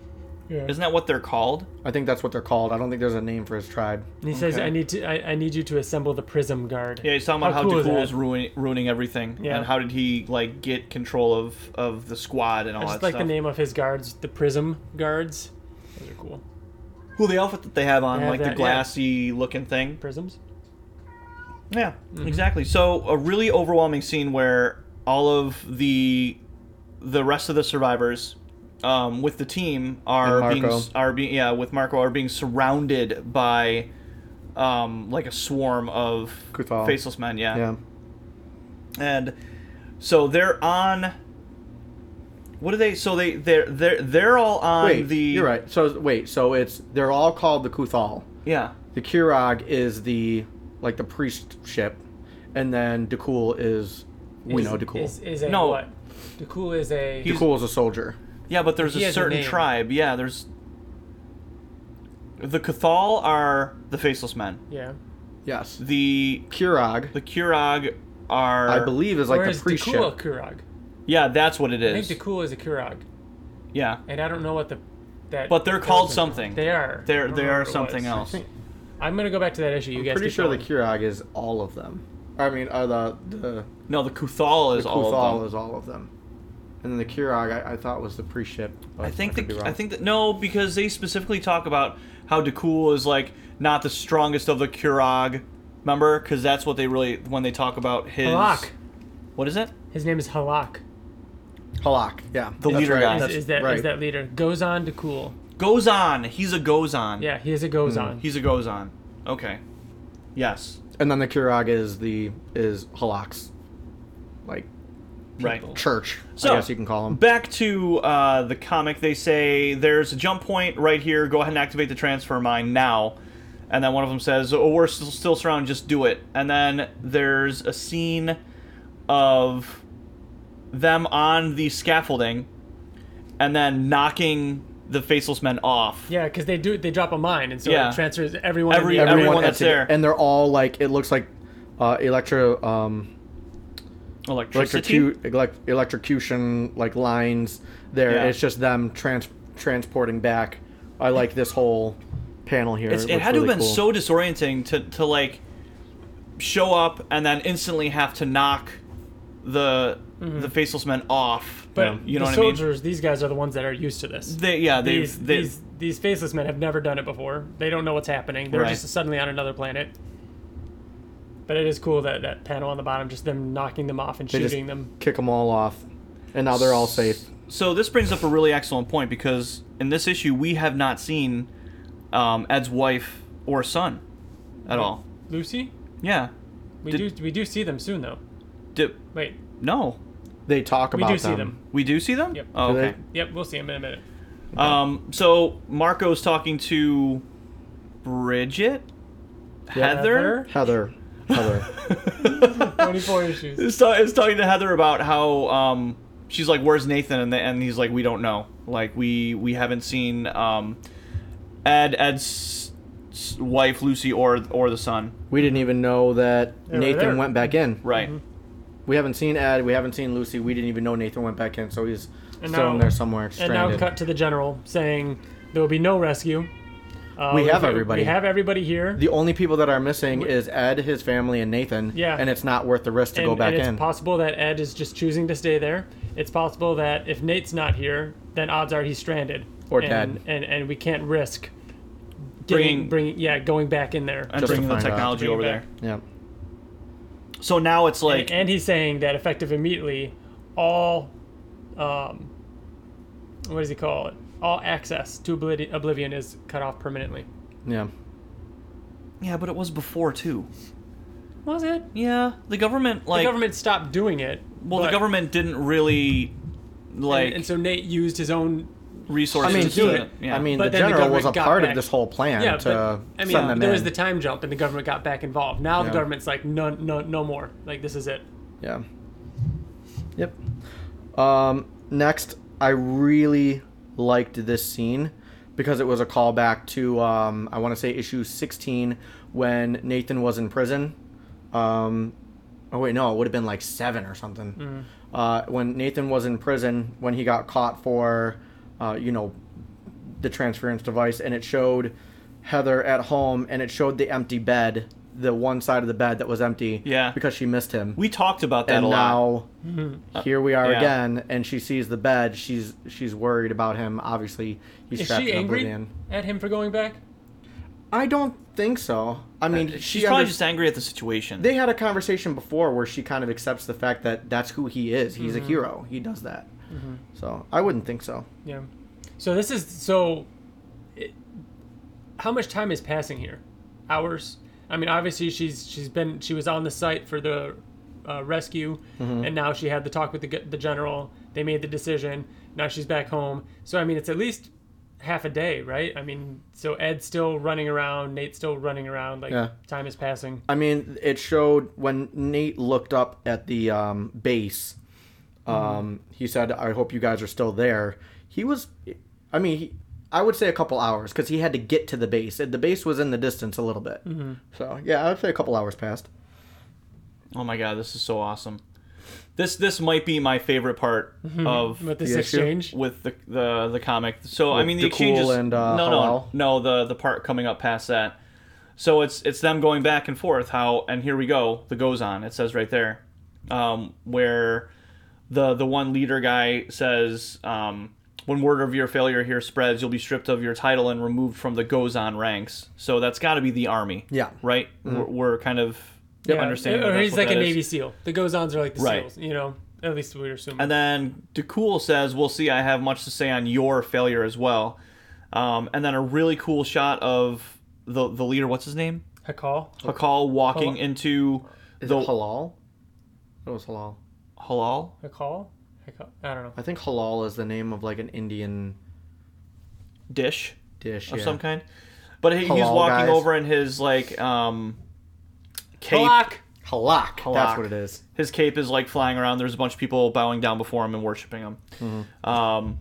Speaker 3: Yeah.
Speaker 2: Isn't that what they're called?
Speaker 1: I think that's what they're called. I don't think there's a name for his tribe.
Speaker 3: And he says,
Speaker 2: okay.
Speaker 3: "I need to. I, I need you to assemble the prism guard."
Speaker 2: Yeah, he's talking about how,
Speaker 3: cool
Speaker 2: Dakul
Speaker 3: that?
Speaker 2: was ruining ruining everything,
Speaker 3: Yeah.
Speaker 2: and how did he like get control of of the squad and all
Speaker 3: I
Speaker 2: that
Speaker 3: just like
Speaker 2: stuff.
Speaker 3: the name of his guards, the prism guards. Those are cool.
Speaker 2: Who the outfit that they have on,
Speaker 3: They have
Speaker 2: like
Speaker 3: that,
Speaker 2: the
Speaker 3: yeah.
Speaker 2: glassy looking thing.
Speaker 3: Prisms.
Speaker 2: Yeah, exactly. So a really overwhelming scene where all of the the rest of the survivors um, with the team are
Speaker 1: And
Speaker 2: being
Speaker 1: Marco.
Speaker 2: s- are being yeah with Marco are being surrounded by um, like a swarm of
Speaker 1: Kuthal.
Speaker 2: faceless men. Yeah.
Speaker 1: Yeah.
Speaker 2: and so they're on. What are they? So they they're they're they're all on
Speaker 1: Wait,
Speaker 2: the
Speaker 1: you're right. So wait, so it's they're all called the Kuthal.
Speaker 2: yeah
Speaker 1: The Kirag is the like the priestship, and then Dakul is we know Dakul.
Speaker 3: Is, is a
Speaker 2: No.
Speaker 3: what? Dakul is a.
Speaker 2: He's-
Speaker 1: Dakul is a soldier.
Speaker 2: yeah, but there's
Speaker 3: He
Speaker 2: a
Speaker 3: has a
Speaker 2: certain
Speaker 3: name.
Speaker 2: tribe. Yeah, there's the Cathal are the faceless men.
Speaker 3: yeah.
Speaker 1: Yes.
Speaker 2: the
Speaker 1: Kirag,
Speaker 2: the Kurog are
Speaker 1: I believe, is like
Speaker 3: Whereas
Speaker 1: the priestship.
Speaker 3: Dakul a Kurag?
Speaker 2: yeah that's what it
Speaker 3: I think
Speaker 2: is
Speaker 3: Dakul is a Kurag,
Speaker 2: yeah
Speaker 3: and I don't know what the that.
Speaker 2: but they're
Speaker 3: that
Speaker 2: called
Speaker 3: was-
Speaker 2: something
Speaker 3: They are. I
Speaker 2: they're
Speaker 3: don't
Speaker 2: they
Speaker 3: know
Speaker 2: are
Speaker 3: what it
Speaker 2: something
Speaker 3: was.
Speaker 2: else
Speaker 3: I'm gonna go back to that issue. You guys
Speaker 1: Pretty
Speaker 3: keep
Speaker 1: sure the
Speaker 3: going.
Speaker 1: Kirag is all of them. I mean, uh, the the,
Speaker 2: no the Kuthal is
Speaker 1: the
Speaker 2: all of
Speaker 1: Kuthal
Speaker 2: them
Speaker 1: is all of them, and then the Kirag I, I thought was the priestship. but
Speaker 2: I think
Speaker 1: could be
Speaker 2: the
Speaker 1: wrong.
Speaker 2: I think that no because they specifically talk about how Dakul is like not the strongest of the Kurog remember because that's what they really when they talk about his
Speaker 3: Halak.
Speaker 2: what is it
Speaker 3: His name is Halak.
Speaker 1: Halak. Yeah,
Speaker 2: the leader
Speaker 1: right.
Speaker 2: guy.
Speaker 3: Is,
Speaker 2: That's
Speaker 3: is that is
Speaker 1: right.
Speaker 3: that leader goes on Dakul?
Speaker 2: goes on he's a goes on
Speaker 3: Yeah, he is
Speaker 2: Hmm.
Speaker 3: a goes on.
Speaker 2: he's a goes on okay yes
Speaker 1: And then the Kirag is the is Halak's, like
Speaker 2: right
Speaker 1: church.
Speaker 2: So,
Speaker 1: I guess you can call him.
Speaker 2: Back to uh, the comic, they say there's a jump point right here. Go ahead and activate the transfer mine now. And then one of them says, "Oh, we're still, still surrounded. Just do it." And then there's a scene of them on the scaffolding, and then knocking the faceless men off.
Speaker 3: Yeah, because they do they drop a mine, and so
Speaker 2: Yeah.
Speaker 3: it transfers everyone.
Speaker 2: Every-
Speaker 3: in the
Speaker 2: everyone
Speaker 3: area.
Speaker 2: that's
Speaker 1: at the-
Speaker 2: there.
Speaker 1: and they're all like it looks like uh, electro um,
Speaker 2: Electricity.
Speaker 1: electrocu- elec- electrocution like lines. There,
Speaker 2: Yeah.
Speaker 1: it's just them trans- transporting back. I like this whole panel here.
Speaker 2: It's, it
Speaker 1: looks
Speaker 2: had to have
Speaker 1: really
Speaker 2: been
Speaker 1: cool.
Speaker 2: so disorienting to, to like show up and then instantly have to knock the the faceless men off.
Speaker 3: Mm-hmm. But
Speaker 2: you know
Speaker 3: the
Speaker 2: what I mean?
Speaker 3: soldiers, these guys are the ones that are used to this.
Speaker 2: They, yeah, they've,
Speaker 3: these,
Speaker 2: they,
Speaker 3: these these faceless men have never done it before. They don't know what's happening. They're
Speaker 2: Right.
Speaker 3: just suddenly on another planet. But it is cool that that panel on the bottom, just them knocking them off and
Speaker 1: They just
Speaker 3: shooting them.
Speaker 1: Kick them all off, and now they're all safe.
Speaker 2: So this brings up a really excellent point because in this issue we have not seen um, Ed's wife or son at all.
Speaker 3: Lucy,
Speaker 2: Yeah.
Speaker 3: we
Speaker 2: Did-
Speaker 3: do we do see them soon though.
Speaker 2: Di-
Speaker 3: Wait,
Speaker 2: no.
Speaker 1: They talk
Speaker 3: we
Speaker 1: about
Speaker 3: do see them.
Speaker 2: We do see them?
Speaker 3: Yep.
Speaker 2: Oh,
Speaker 1: Do they?
Speaker 2: okay.
Speaker 3: Yep, we'll see them in a minute.
Speaker 2: Um, so Marco's talking to Bridget? Heather?
Speaker 1: Heather. Heather.
Speaker 3: Twenty-four issues.
Speaker 2: is, ta- is talking to Heather about how um, she's like, "Where's Nathan?" and the, and he's like, "We don't know. Like we we haven't seen um, Ed Ed's s- wife Lucy or or the son,
Speaker 1: we didn't even know that
Speaker 3: were there.
Speaker 1: Nathan went back in.
Speaker 2: right?"
Speaker 1: We haven't seen Ed. We haven't seen Lucy. We didn't even know Nathan went back in, so he's
Speaker 3: And
Speaker 1: still
Speaker 3: now-
Speaker 1: in there somewhere,
Speaker 3: And now
Speaker 1: stranded.
Speaker 3: cut to the general saying there will be no rescue. Uh,
Speaker 1: We have
Speaker 3: we've-
Speaker 1: everybody.
Speaker 3: We have everybody here.
Speaker 1: the only people that are missing is Ed, his family, and Nathan.
Speaker 3: Yeah.
Speaker 1: And it's not worth the risk to
Speaker 3: and,
Speaker 1: go back
Speaker 3: and it's
Speaker 1: in.
Speaker 3: possible that Ed is just choosing to stay there. It's possible that if Nate's not here, then odds are he's stranded
Speaker 1: Or
Speaker 3: and,
Speaker 1: dead.
Speaker 3: And and we can't risk
Speaker 2: Bringing-
Speaker 3: getting, bringing yeah going back in there.
Speaker 1: Just
Speaker 2: And
Speaker 1: to
Speaker 2: bringing the
Speaker 1: find out.
Speaker 2: technology
Speaker 3: Bring it
Speaker 2: over there.
Speaker 3: back.
Speaker 1: yeah.
Speaker 2: So now it's like,
Speaker 3: and he's saying that effective immediately, all, um, what does he call it? All access to oblivion, oblivion is cut off permanently.
Speaker 1: Yeah.
Speaker 2: yeah, but it was before too.
Speaker 3: Was it?
Speaker 2: Yeah, the government like
Speaker 3: the government stopped doing it.
Speaker 2: well, the
Speaker 3: but-
Speaker 2: government didn't really like
Speaker 3: And, and so Nate used his own
Speaker 1: I
Speaker 2: resources.
Speaker 1: mean,
Speaker 2: to
Speaker 1: he,
Speaker 2: it. Yeah.
Speaker 1: I mean,
Speaker 3: But
Speaker 1: the
Speaker 3: then the
Speaker 1: general was a
Speaker 3: government got
Speaker 1: part
Speaker 3: back.
Speaker 1: of this whole plan
Speaker 3: Yeah,
Speaker 1: to
Speaker 3: but, I mean,
Speaker 1: send them
Speaker 3: there
Speaker 1: in.
Speaker 3: was the time jump, and the government got back involved. Now
Speaker 1: Yeah.
Speaker 3: the government's like, no, no, no more. Like this is it.
Speaker 1: Yeah. Yep. Um, next, I really liked this scene because it was a callback to um, I want to say issue 16 when Nathan was in prison. Um, oh wait, no, it would have been like seven or something. Uh, when Nathan was in prison, when he got caught for, uh, you know, the transference device, and it showed Heather at home, and it showed the empty bed, the one side of the bed that was empty,
Speaker 2: Yeah.
Speaker 1: because she missed him.
Speaker 2: We talked about that
Speaker 1: and
Speaker 2: a lot.
Speaker 1: now
Speaker 3: Hmm.
Speaker 1: here we are
Speaker 2: yeah.
Speaker 1: again, and she sees the bed. She's she's worried about him. Obviously, he's
Speaker 3: Is
Speaker 1: trapped
Speaker 3: she
Speaker 1: in
Speaker 3: angry
Speaker 1: oblivion.
Speaker 3: at him for going back?
Speaker 1: I don't think so. I mean, she
Speaker 2: Uh, She's probably
Speaker 1: under-
Speaker 2: just angry at the situation.
Speaker 1: they had a conversation before where she kind of accepts the fact that that's who he is. He's
Speaker 3: Mm-hmm.
Speaker 1: a hero. He does that. So I wouldn't think so.
Speaker 3: Yeah. So this is so. It, how much time is passing here? Hours. I mean, obviously she's she's been she was on the site for the uh, rescue,
Speaker 2: Mm-hmm.
Speaker 3: and now she had the talk with the g- the general. They made the decision. Now she's back home. So I mean, it's at least half a day, right? I mean, so Ed's still running around, Nate's still running around. Like
Speaker 1: Yeah.
Speaker 3: time is passing.
Speaker 1: I mean, it showed when Nate looked up at the um, base. Um, He said, "I hope you guys are still there." He was, I mean, he, I would say a couple hours because he had to get to the base. The base was in the distance a little bit. So yeah, I'd say a couple hours passed.
Speaker 2: oh my god, this is so awesome. This this might be my favorite part of
Speaker 3: With this
Speaker 1: Mm-hmm. The issue?
Speaker 3: exchange,
Speaker 2: with the the, the comic. So I
Speaker 1: With
Speaker 2: mean the
Speaker 1: Dakul
Speaker 2: exchange is
Speaker 1: and, uh,
Speaker 2: no
Speaker 1: Halal?
Speaker 2: no no the the part coming up past that. So it's it's them going back and forth how and here we go the goes on it says right there, um, where the the one leader guy says um, when word of your failure here spreads you'll be stripped of your title and removed from the goes on ranks. So that's got to be the army.
Speaker 1: Yeah. Mm-hmm.
Speaker 2: right. We're, we're kind of understanding. that
Speaker 3: Or
Speaker 2: that's
Speaker 3: he's
Speaker 2: what
Speaker 3: like a
Speaker 2: that is.
Speaker 3: Navy SEAL. The goes-ons are like the
Speaker 2: Right.
Speaker 3: SEALs, you know. At least we're assuming.
Speaker 2: And then DeCool says, "We'll see. I have much to say on your failure as well." Um, and then a really cool shot of the the leader. What's his name?
Speaker 3: Hakal.
Speaker 2: Hakal walking
Speaker 3: Halal.
Speaker 2: into
Speaker 1: Is
Speaker 2: the
Speaker 1: it halal? It was halal.
Speaker 2: halal.
Speaker 3: Hakal. Hakal. I don't know.
Speaker 1: I think halal is the name of like an Indian
Speaker 2: dish
Speaker 1: dish.
Speaker 2: of
Speaker 1: yeah.
Speaker 2: some kind. But he, he's
Speaker 1: Halal
Speaker 2: walking
Speaker 1: guys.
Speaker 2: over in his like um, cape.
Speaker 3: Halak.
Speaker 1: Halak.
Speaker 2: Halak.
Speaker 1: That's what it is.
Speaker 2: His cape is like flying around. There's a bunch of people bowing down before him and worshiping him. Um,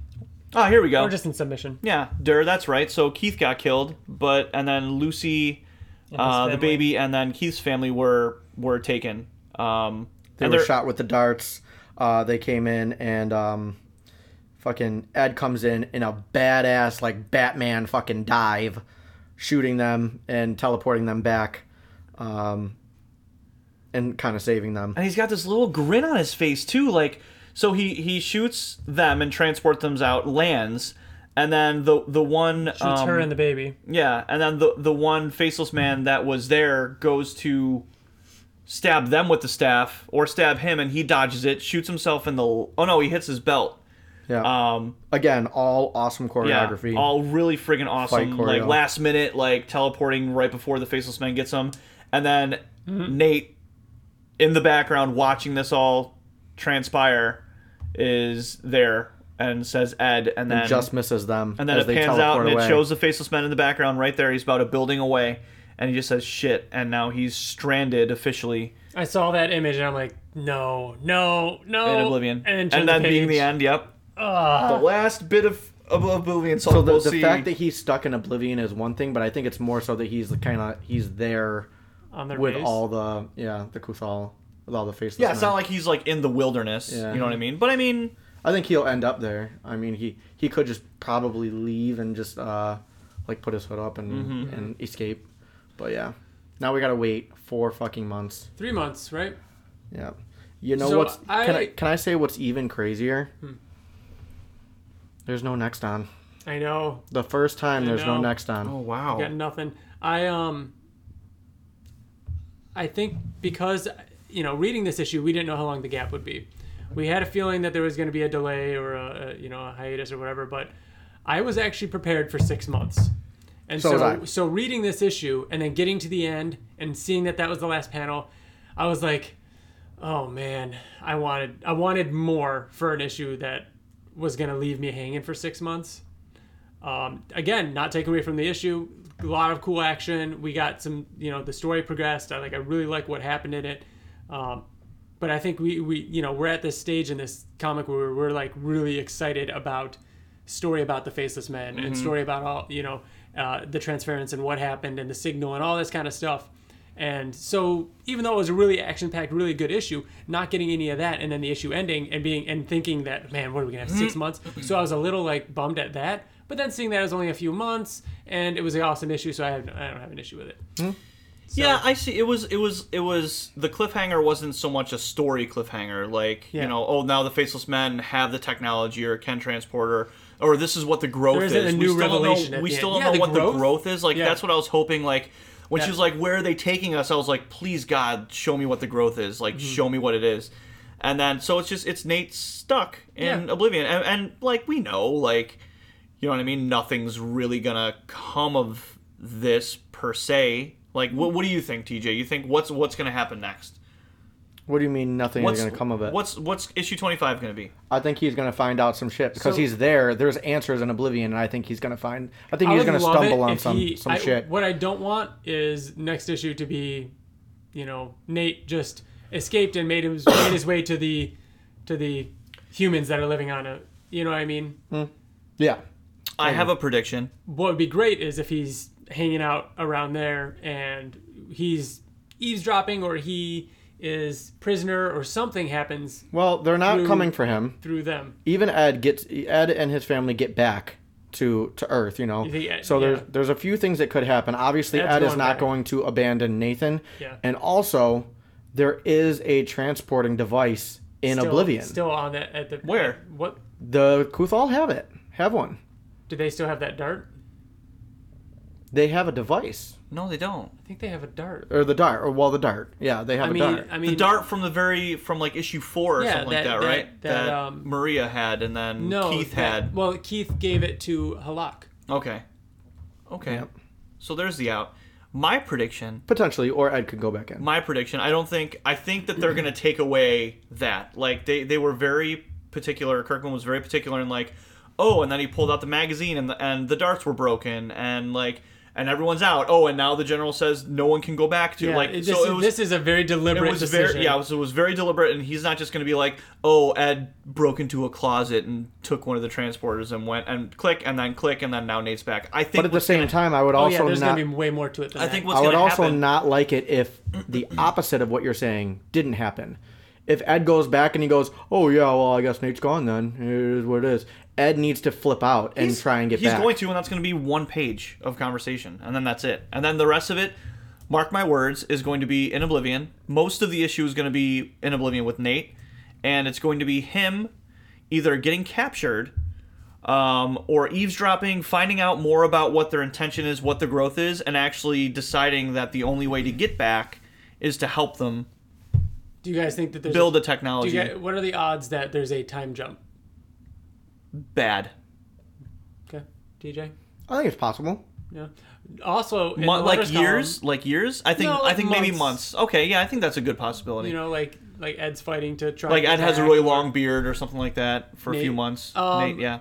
Speaker 2: oh, here we
Speaker 3: Or
Speaker 2: go.
Speaker 3: Mm-hmm. just in submission.
Speaker 2: Yeah, Dur, that's right. So Keith got killed, but and then Lucy, uh, the
Speaker 3: family.
Speaker 2: baby, and then Keith's family were were taken. Um,
Speaker 1: They
Speaker 2: and
Speaker 1: were
Speaker 2: they're-
Speaker 1: shot with the darts. Uh, they came in and um, fucking Ed comes in in a badass like Batman fucking dive, shooting them and teleporting them back, um, and kind of saving them.
Speaker 2: And he's got this little grin on his face too. Like, so he he shoots them and transports them out, lands, and then the the one
Speaker 3: It's
Speaker 2: um,
Speaker 3: her and the baby.
Speaker 2: yeah, and then the the one faceless man that was there goes to stab them with the staff or stab him, and he dodges it, shoots himself in the oh no, he hits his belt.
Speaker 1: Yeah.
Speaker 2: Um,
Speaker 1: Again, all awesome choreography.
Speaker 2: Yeah, all really friggin' awesome.
Speaker 1: Fight
Speaker 2: Like
Speaker 1: choreo.
Speaker 2: last minute, like teleporting right before the faceless man gets him, and then Nate in the background watching this all transpire is there and says Ed, and then
Speaker 1: just misses them
Speaker 2: and then
Speaker 1: as
Speaker 2: it
Speaker 1: they
Speaker 2: pans out
Speaker 1: teleport
Speaker 2: and
Speaker 1: away.
Speaker 2: it shows the faceless man in the background right there. He's about a building away, and he just says shit, and now he's stranded officially
Speaker 3: I saw that image and I'm like, no, no, no.
Speaker 2: in Oblivion,
Speaker 3: Oh, And then,
Speaker 2: then being the
Speaker 3: end.
Speaker 2: end. Yep, the last bit of. Of Oblivion, so,
Speaker 1: So the,
Speaker 2: we'll
Speaker 1: the
Speaker 2: see.
Speaker 1: fact that he's stuck in oblivion is one thing, but I think it's more so that he's the kind of he's there
Speaker 3: on their
Speaker 1: with
Speaker 3: base.
Speaker 1: all the yeah the Kuthal with all the faceless.
Speaker 2: Yeah, it's
Speaker 1: men.
Speaker 2: not like he's like in the wilderness.
Speaker 1: Yeah.
Speaker 2: You know what I mean? But I mean,
Speaker 1: I think he'll end up there. I mean, he he could just probably leave and just uh like put his foot up and
Speaker 3: Mm-hmm.
Speaker 1: and escape. But yeah, now we gotta wait four fucking months.
Speaker 3: three months, right?
Speaker 1: Yeah, you know
Speaker 3: So
Speaker 1: what's can
Speaker 3: I- Hmm.
Speaker 1: I can I say what's even crazier? There's no next on.
Speaker 3: I know.
Speaker 1: The first time there's no
Speaker 3: know.
Speaker 1: next on.
Speaker 2: oh wow,
Speaker 3: Got nothing. I um. I think because you know, reading this issue, we didn't know how long the gap would be. We had a feeling that there was going to be a delay or a, a you know a hiatus or whatever, but I was actually prepared for six months. And
Speaker 1: So
Speaker 3: so,
Speaker 1: was
Speaker 3: so,
Speaker 1: I.
Speaker 3: reading this issue and then getting to the end and seeing that that was the last panel, I was like, oh man, I wanted I wanted more for an issue that was going to leave me hanging for six months. Um, again, not taken away from the issue, a lot of cool action. We got some, you know, the story progressed. I like, I really like what happened in it. Um, but I think we, we, you know, we're at this stage in this comic where we're like really excited about story about the faceless men and story about all you know uh, the transference and what happened and the signal and all this kind of stuff. And so, even though it was a really action-packed, really good issue, not getting any of that, and then the issue ending and being and thinking that, man, what are we gonna have six months? So I was a little like bummed at that. But then seeing that it was only a few months, and it was an awesome issue, so I have I don't have an issue with it.
Speaker 2: Yeah, I see. It was it was it was the cliffhanger wasn't so much a story cliffhanger, like
Speaker 3: Yeah.
Speaker 2: you know, oh now the faceless men have the technology or can transporter or this is what the growth
Speaker 3: There isn't
Speaker 2: is.
Speaker 3: a
Speaker 2: we
Speaker 3: new
Speaker 2: still don't
Speaker 3: revelation
Speaker 2: know,
Speaker 3: at
Speaker 2: we
Speaker 3: the
Speaker 2: still
Speaker 3: end.
Speaker 2: don't
Speaker 3: Yeah,
Speaker 2: know
Speaker 3: the
Speaker 2: what
Speaker 3: growth.
Speaker 2: the growth is. Like
Speaker 3: Yeah.
Speaker 2: that's what I was hoping. Like when
Speaker 3: Yeah.
Speaker 2: she was like, where are they taking us? I was like, please God, show me what the growth is. Like
Speaker 3: Mm-hmm.
Speaker 2: show me what it is. And then so it's just it's Nate stuck in
Speaker 3: Yeah.
Speaker 2: oblivion, and, and like we know like. You know what I mean? Nothing's really gonna come of this per se. Like, what, what do you think, TJ? You think what's what's gonna happen next?
Speaker 1: What do you mean nothing
Speaker 2: What's
Speaker 1: is going to come of it?
Speaker 2: What's what's issue twenty five gonna be?
Speaker 1: I think he's going to find out some shit because
Speaker 3: So-
Speaker 1: he's there. There's answers in Oblivion, and I think he's going to find. I think he's
Speaker 3: I
Speaker 1: going
Speaker 3: would
Speaker 1: to
Speaker 3: love
Speaker 1: stumble
Speaker 3: it
Speaker 1: on
Speaker 3: if
Speaker 1: some
Speaker 3: he-
Speaker 1: some
Speaker 3: I-
Speaker 1: shit.
Speaker 3: What I don't want is next issue to be, you know, Nate just escaped and made his made his way to the to the humans that are living on a. You know what I mean?
Speaker 1: yeah,
Speaker 2: I have a prediction.
Speaker 3: What would be great is if he's hanging out around there and he's eavesdropping or he is prisoner or something happens
Speaker 1: well, they're not
Speaker 3: Through-
Speaker 1: coming for him.
Speaker 3: through them.
Speaker 1: Even Ed gets Ed and his family get back to to Earth. You know,
Speaker 3: think Ed-
Speaker 1: so there's
Speaker 3: uh, yeah.
Speaker 1: there's a few things that could happen. Obviously,
Speaker 3: Ed's
Speaker 1: Ed is
Speaker 3: going
Speaker 1: not
Speaker 3: back.
Speaker 1: going to abandon Nathan,
Speaker 3: Yeah.
Speaker 1: and also there is a transporting device in
Speaker 3: Still-
Speaker 1: Oblivion.
Speaker 3: Still on that at the
Speaker 2: Where?
Speaker 3: What
Speaker 1: The Kuthal have it. Have one.
Speaker 3: do they still have that dart?
Speaker 1: They have a device
Speaker 2: No, they don't.
Speaker 3: I think they have a dart.
Speaker 1: or the dart or well the dart. Yeah, they have
Speaker 3: I
Speaker 1: a
Speaker 3: mean,
Speaker 1: dart.
Speaker 3: I
Speaker 2: The
Speaker 3: mean,
Speaker 2: dart from the very from like issue four or
Speaker 3: Yeah,
Speaker 2: something
Speaker 3: that-
Speaker 2: like that,
Speaker 3: that-
Speaker 2: right?
Speaker 3: that, um,
Speaker 2: Maria had, and then
Speaker 3: No,
Speaker 2: Keith
Speaker 3: that-
Speaker 2: had.
Speaker 3: Well, Keith gave it to Halak.
Speaker 2: Okay, okay.
Speaker 1: Yep.
Speaker 2: So there's the out. My prediction
Speaker 1: Potentially, or Ed could go back in.
Speaker 2: my prediction. I don't think. I think that they're going to take away that. Like they they were very particular. Kirkman was very particular in like, oh, and then he pulled out the magazine and the, and the darts were broken and like and everyone's out. Oh, and now the general says no one can go back to like.
Speaker 3: this,
Speaker 2: so
Speaker 3: is,
Speaker 2: it was.
Speaker 3: this is a very deliberate
Speaker 2: it was
Speaker 3: decision.
Speaker 2: very yeah, it was, it was very deliberate, and he's not just going to be like, "Oh, Ed broke into a closet and took one of the transporters and went and click and then click and then now Nate's back." I think
Speaker 1: But at the
Speaker 2: what's
Speaker 1: same
Speaker 2: gonna-
Speaker 1: time, I would
Speaker 3: oh
Speaker 1: also
Speaker 3: yeah, there's
Speaker 1: not.
Speaker 3: gonna be way more to it than
Speaker 2: I
Speaker 3: that.
Speaker 2: think
Speaker 1: I
Speaker 2: what's
Speaker 1: would
Speaker 2: going to
Speaker 1: also
Speaker 2: happen.
Speaker 1: not like it if the opposite of what you're saying didn't happen. If Ed goes back and he goes, "Oh yeah, well I guess Nate's gone then. It is what it is." Ed needs to flip out and try and get
Speaker 2: he's
Speaker 1: back.
Speaker 2: going to, and that's going to be one page of conversation, and then that's it. And then the rest of it, mark my words, is going to be in Oblivion. Most of the issue is going to be in Oblivion with Nate, and it's going to be him either getting captured um, or eavesdropping, finding out more about what their intention is, what the growth is, and actually deciding that the only way to get back is to help them
Speaker 3: Do you guys think that there's
Speaker 2: build
Speaker 3: A,
Speaker 2: a
Speaker 3: do
Speaker 2: technology.
Speaker 3: you guys, what are the odds that there's a time jump?
Speaker 2: Bad.
Speaker 3: Okay, DJ.
Speaker 1: I think it's possible.
Speaker 3: Yeah. Also, in
Speaker 2: Mo-
Speaker 3: the
Speaker 2: like
Speaker 3: letters
Speaker 2: years, like years. I think
Speaker 3: No,
Speaker 2: I
Speaker 3: like
Speaker 2: think maybe
Speaker 3: months.
Speaker 2: months. Okay, yeah, I think that's a good possibility.
Speaker 3: column, you know, like like Ed's fighting to try.
Speaker 2: like
Speaker 3: and
Speaker 2: Ed has a
Speaker 3: attack
Speaker 2: really
Speaker 3: or-
Speaker 2: long beard or something like that for a few
Speaker 3: Nate.
Speaker 2: months.
Speaker 3: Um,
Speaker 2: Nate, yeah,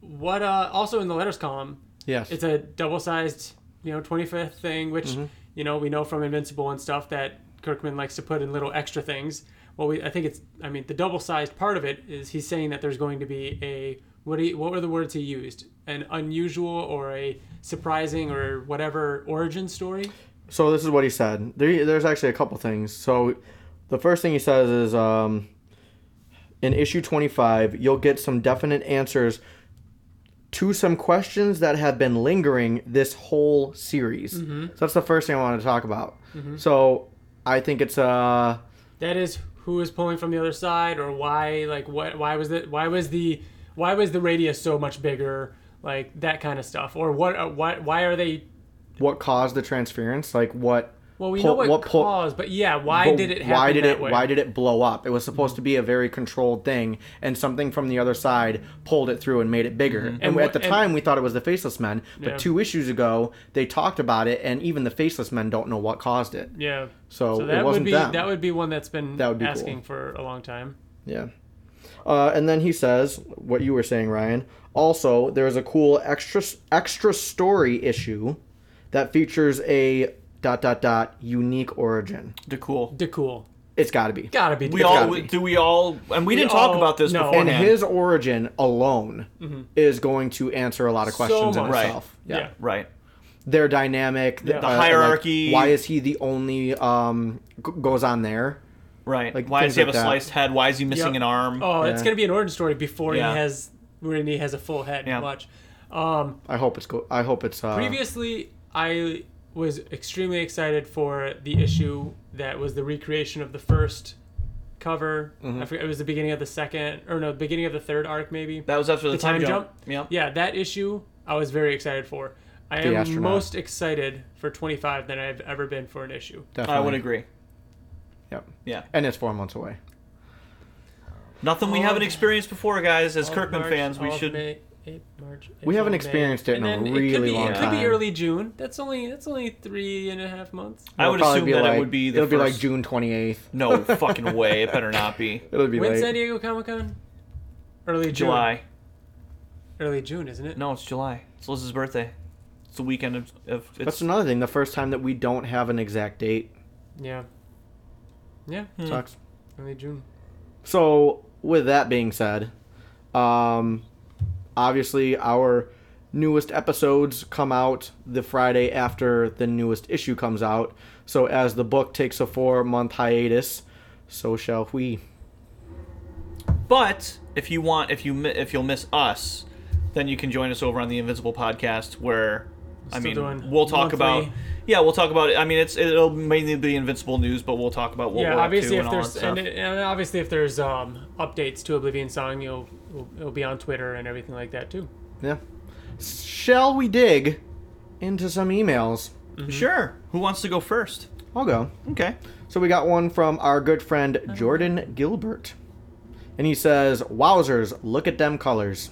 Speaker 3: What? Uh, also in the letters column,
Speaker 1: Yes.
Speaker 3: it's a double-sized, you know, 25th thing, which you know we know from Invincible and stuff that Kirkman likes to put in little extra things. Well, we, I think it's, I mean, the double-sized part of it is he's saying that there's going to be a what? He, what were the words he used? An unusual or a surprising or whatever origin story.
Speaker 1: So this is what he said. There, there's actually a couple things. So the first thing he says is, um, in issue 25, you'll get some definite answers to some questions that have been lingering this whole series.
Speaker 3: Mm-hmm.
Speaker 1: So that's the first thing I wanted to talk about. So I think it's uh
Speaker 3: That is who is pulling from the other side or why? Like what? Why was it? Why was the? Why was the radius so much bigger? Like that kind of stuff. Or what? Uh, why? Why are they
Speaker 1: what caused the transference, like what
Speaker 3: Well, we
Speaker 1: pull-
Speaker 3: know what,
Speaker 1: pull-
Speaker 3: caused, but yeah, why
Speaker 1: But
Speaker 3: did it happen
Speaker 1: why did
Speaker 3: that
Speaker 1: it
Speaker 3: way?
Speaker 1: why did it blow up it was supposed to be a very controlled thing and something from the other side pulled it through and made it bigger and,
Speaker 3: Mm-hmm. And
Speaker 1: at
Speaker 3: wh-
Speaker 1: the
Speaker 3: and-
Speaker 1: time we thought it was the faceless men but
Speaker 3: Yeah.
Speaker 1: two issues ago they talked about it and even the faceless men don't know what caused it
Speaker 3: yeah.
Speaker 1: so,
Speaker 3: So that
Speaker 1: it wasn't
Speaker 3: would be
Speaker 1: them.
Speaker 3: that would be one that's been
Speaker 1: That would be cool.
Speaker 3: asking for a long time.
Speaker 1: yeah uh, and then he says what you were saying ryan also there's a cool extra extra story issue that features a dot dot dot unique origin
Speaker 2: De cool.
Speaker 3: De cool.
Speaker 1: It's got to be.
Speaker 3: Gotta be.
Speaker 2: We
Speaker 3: It's
Speaker 2: all
Speaker 1: gotta be.
Speaker 2: do we all and we, didn't talk
Speaker 3: all-
Speaker 2: about this
Speaker 3: no.
Speaker 1: and
Speaker 2: beforehand.
Speaker 1: his origin alone is going to answer a lot of questions in
Speaker 3: much.
Speaker 2: Mm-hmm. Right.
Speaker 1: itself. Yeah.
Speaker 3: Yeah.
Speaker 2: right.
Speaker 1: Their dynamic, uh,
Speaker 3: Yeah. The
Speaker 1: like,
Speaker 2: hierarchy.
Speaker 1: why is he the only um g- goes on there?
Speaker 2: Right.
Speaker 1: Like,
Speaker 2: Why does
Speaker 1: things
Speaker 2: he have
Speaker 1: like
Speaker 2: a
Speaker 1: that.
Speaker 2: sliced head? Why is he missing
Speaker 3: Yep.
Speaker 2: an arm?
Speaker 3: Oh, it's
Speaker 1: Yeah.
Speaker 3: gonna be an origin story before
Speaker 2: Yeah.
Speaker 3: he has when he has a full head.
Speaker 2: Yeah.
Speaker 3: Watch.
Speaker 1: Uh. I hope it's go- I hope it's uh,
Speaker 3: Previously, I was extremely excited for the issue that was the recreation of the first cover.
Speaker 2: Mm-hmm.
Speaker 3: I forget, it was the beginning of the second, or no, beginning of the third arc, maybe.
Speaker 2: that was after the,
Speaker 3: the time jump.
Speaker 2: Yeah.
Speaker 3: Yeah, that issue I was very excited for. I
Speaker 1: The
Speaker 3: am
Speaker 1: astronaut.
Speaker 3: most excited for 25 than I've ever been for an issue.
Speaker 2: I
Speaker 1: definitely.
Speaker 2: would agree.
Speaker 1: Yep.
Speaker 2: Yeah.
Speaker 1: And it's four months away.
Speaker 2: Nothing we haven't experienced before, guys. As Kirkman
Speaker 3: March,
Speaker 2: fans, we
Speaker 3: all of
Speaker 2: should.
Speaker 3: May, April, March,
Speaker 1: We haven't
Speaker 3: April, May.
Speaker 1: experienced it in
Speaker 3: And
Speaker 1: a
Speaker 3: then it could
Speaker 1: really
Speaker 3: be,
Speaker 1: long
Speaker 3: it It could
Speaker 1: time.
Speaker 3: be early June. That's only that's only three and a half months.
Speaker 2: I would
Speaker 1: It'll probably
Speaker 2: assume that
Speaker 1: like,
Speaker 2: it would be the
Speaker 1: it'll be like
Speaker 2: first-
Speaker 1: June twenty eighth.
Speaker 2: No fucking way. It better not be
Speaker 1: It'll be late.
Speaker 3: When's San Diego Comic Con? Early June.
Speaker 2: July.
Speaker 3: Early June, isn't it?
Speaker 2: No, it's July. It's Liz's birthday. It's the weekend of. of it's,
Speaker 1: That's another thing. The first time that we don't have an exact date
Speaker 3: Yeah. Yeah.
Speaker 2: Hmm. Mm.
Speaker 1: sucks.
Speaker 3: Early June.
Speaker 1: So, with that being said, um, obviously our newest episodes come out the Friday after the newest issue comes out. So, as the book takes a four month hiatus, so shall we.
Speaker 2: But if you want, if you mi- if you'll miss us, then you can join us over on the Invincible Podcast, where I
Speaker 3: Still
Speaker 2: mean,
Speaker 3: doing
Speaker 2: we'll talk
Speaker 3: monthly.
Speaker 2: about. Yeah, we'll talk about it. I mean, it's it'll mainly be Invincible news, but we'll talk about what
Speaker 3: yeah,
Speaker 2: we're
Speaker 3: obviously
Speaker 2: up
Speaker 3: if
Speaker 2: to and
Speaker 3: there's
Speaker 2: all
Speaker 3: and,
Speaker 2: that stuff.
Speaker 3: and obviously if there's um, updates to Oblivion Song, you'll it'll, it'll be on Twitter and everything like that too.
Speaker 1: Yeah. Shall we dig into some emails?
Speaker 2: Sure. Who wants to go first?
Speaker 1: I'll go.
Speaker 2: Mm-hmm. Okay.
Speaker 1: So we got one from our good friend Jordan Gilbert. And he says, Wowzers, look at them colors.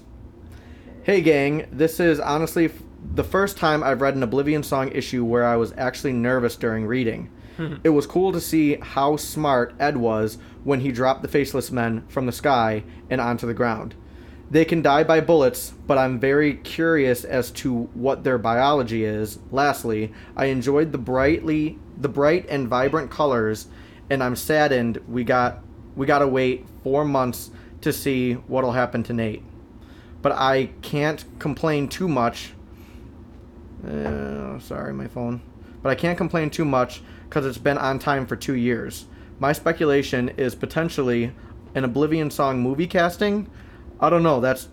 Speaker 1: Hey, gang, this is honestly f- the first time I've read an Oblivion Song issue where I was actually nervous during reading. it was cool to see how smart Ed was when he dropped the faceless men from the sky and onto the ground. They can die by bullets, but I'm very curious as to what their biology is. Lastly, I enjoyed the brightly the bright and vibrant colors, and I'm saddened we got we gotta wait four months to see what'll happen to Nate. But I can't complain too much. Uh, sorry, my phone. But I can't complain too much because it's been on time for two years. My speculation is potentially an Oblivion Song movie casting. I don't know. That's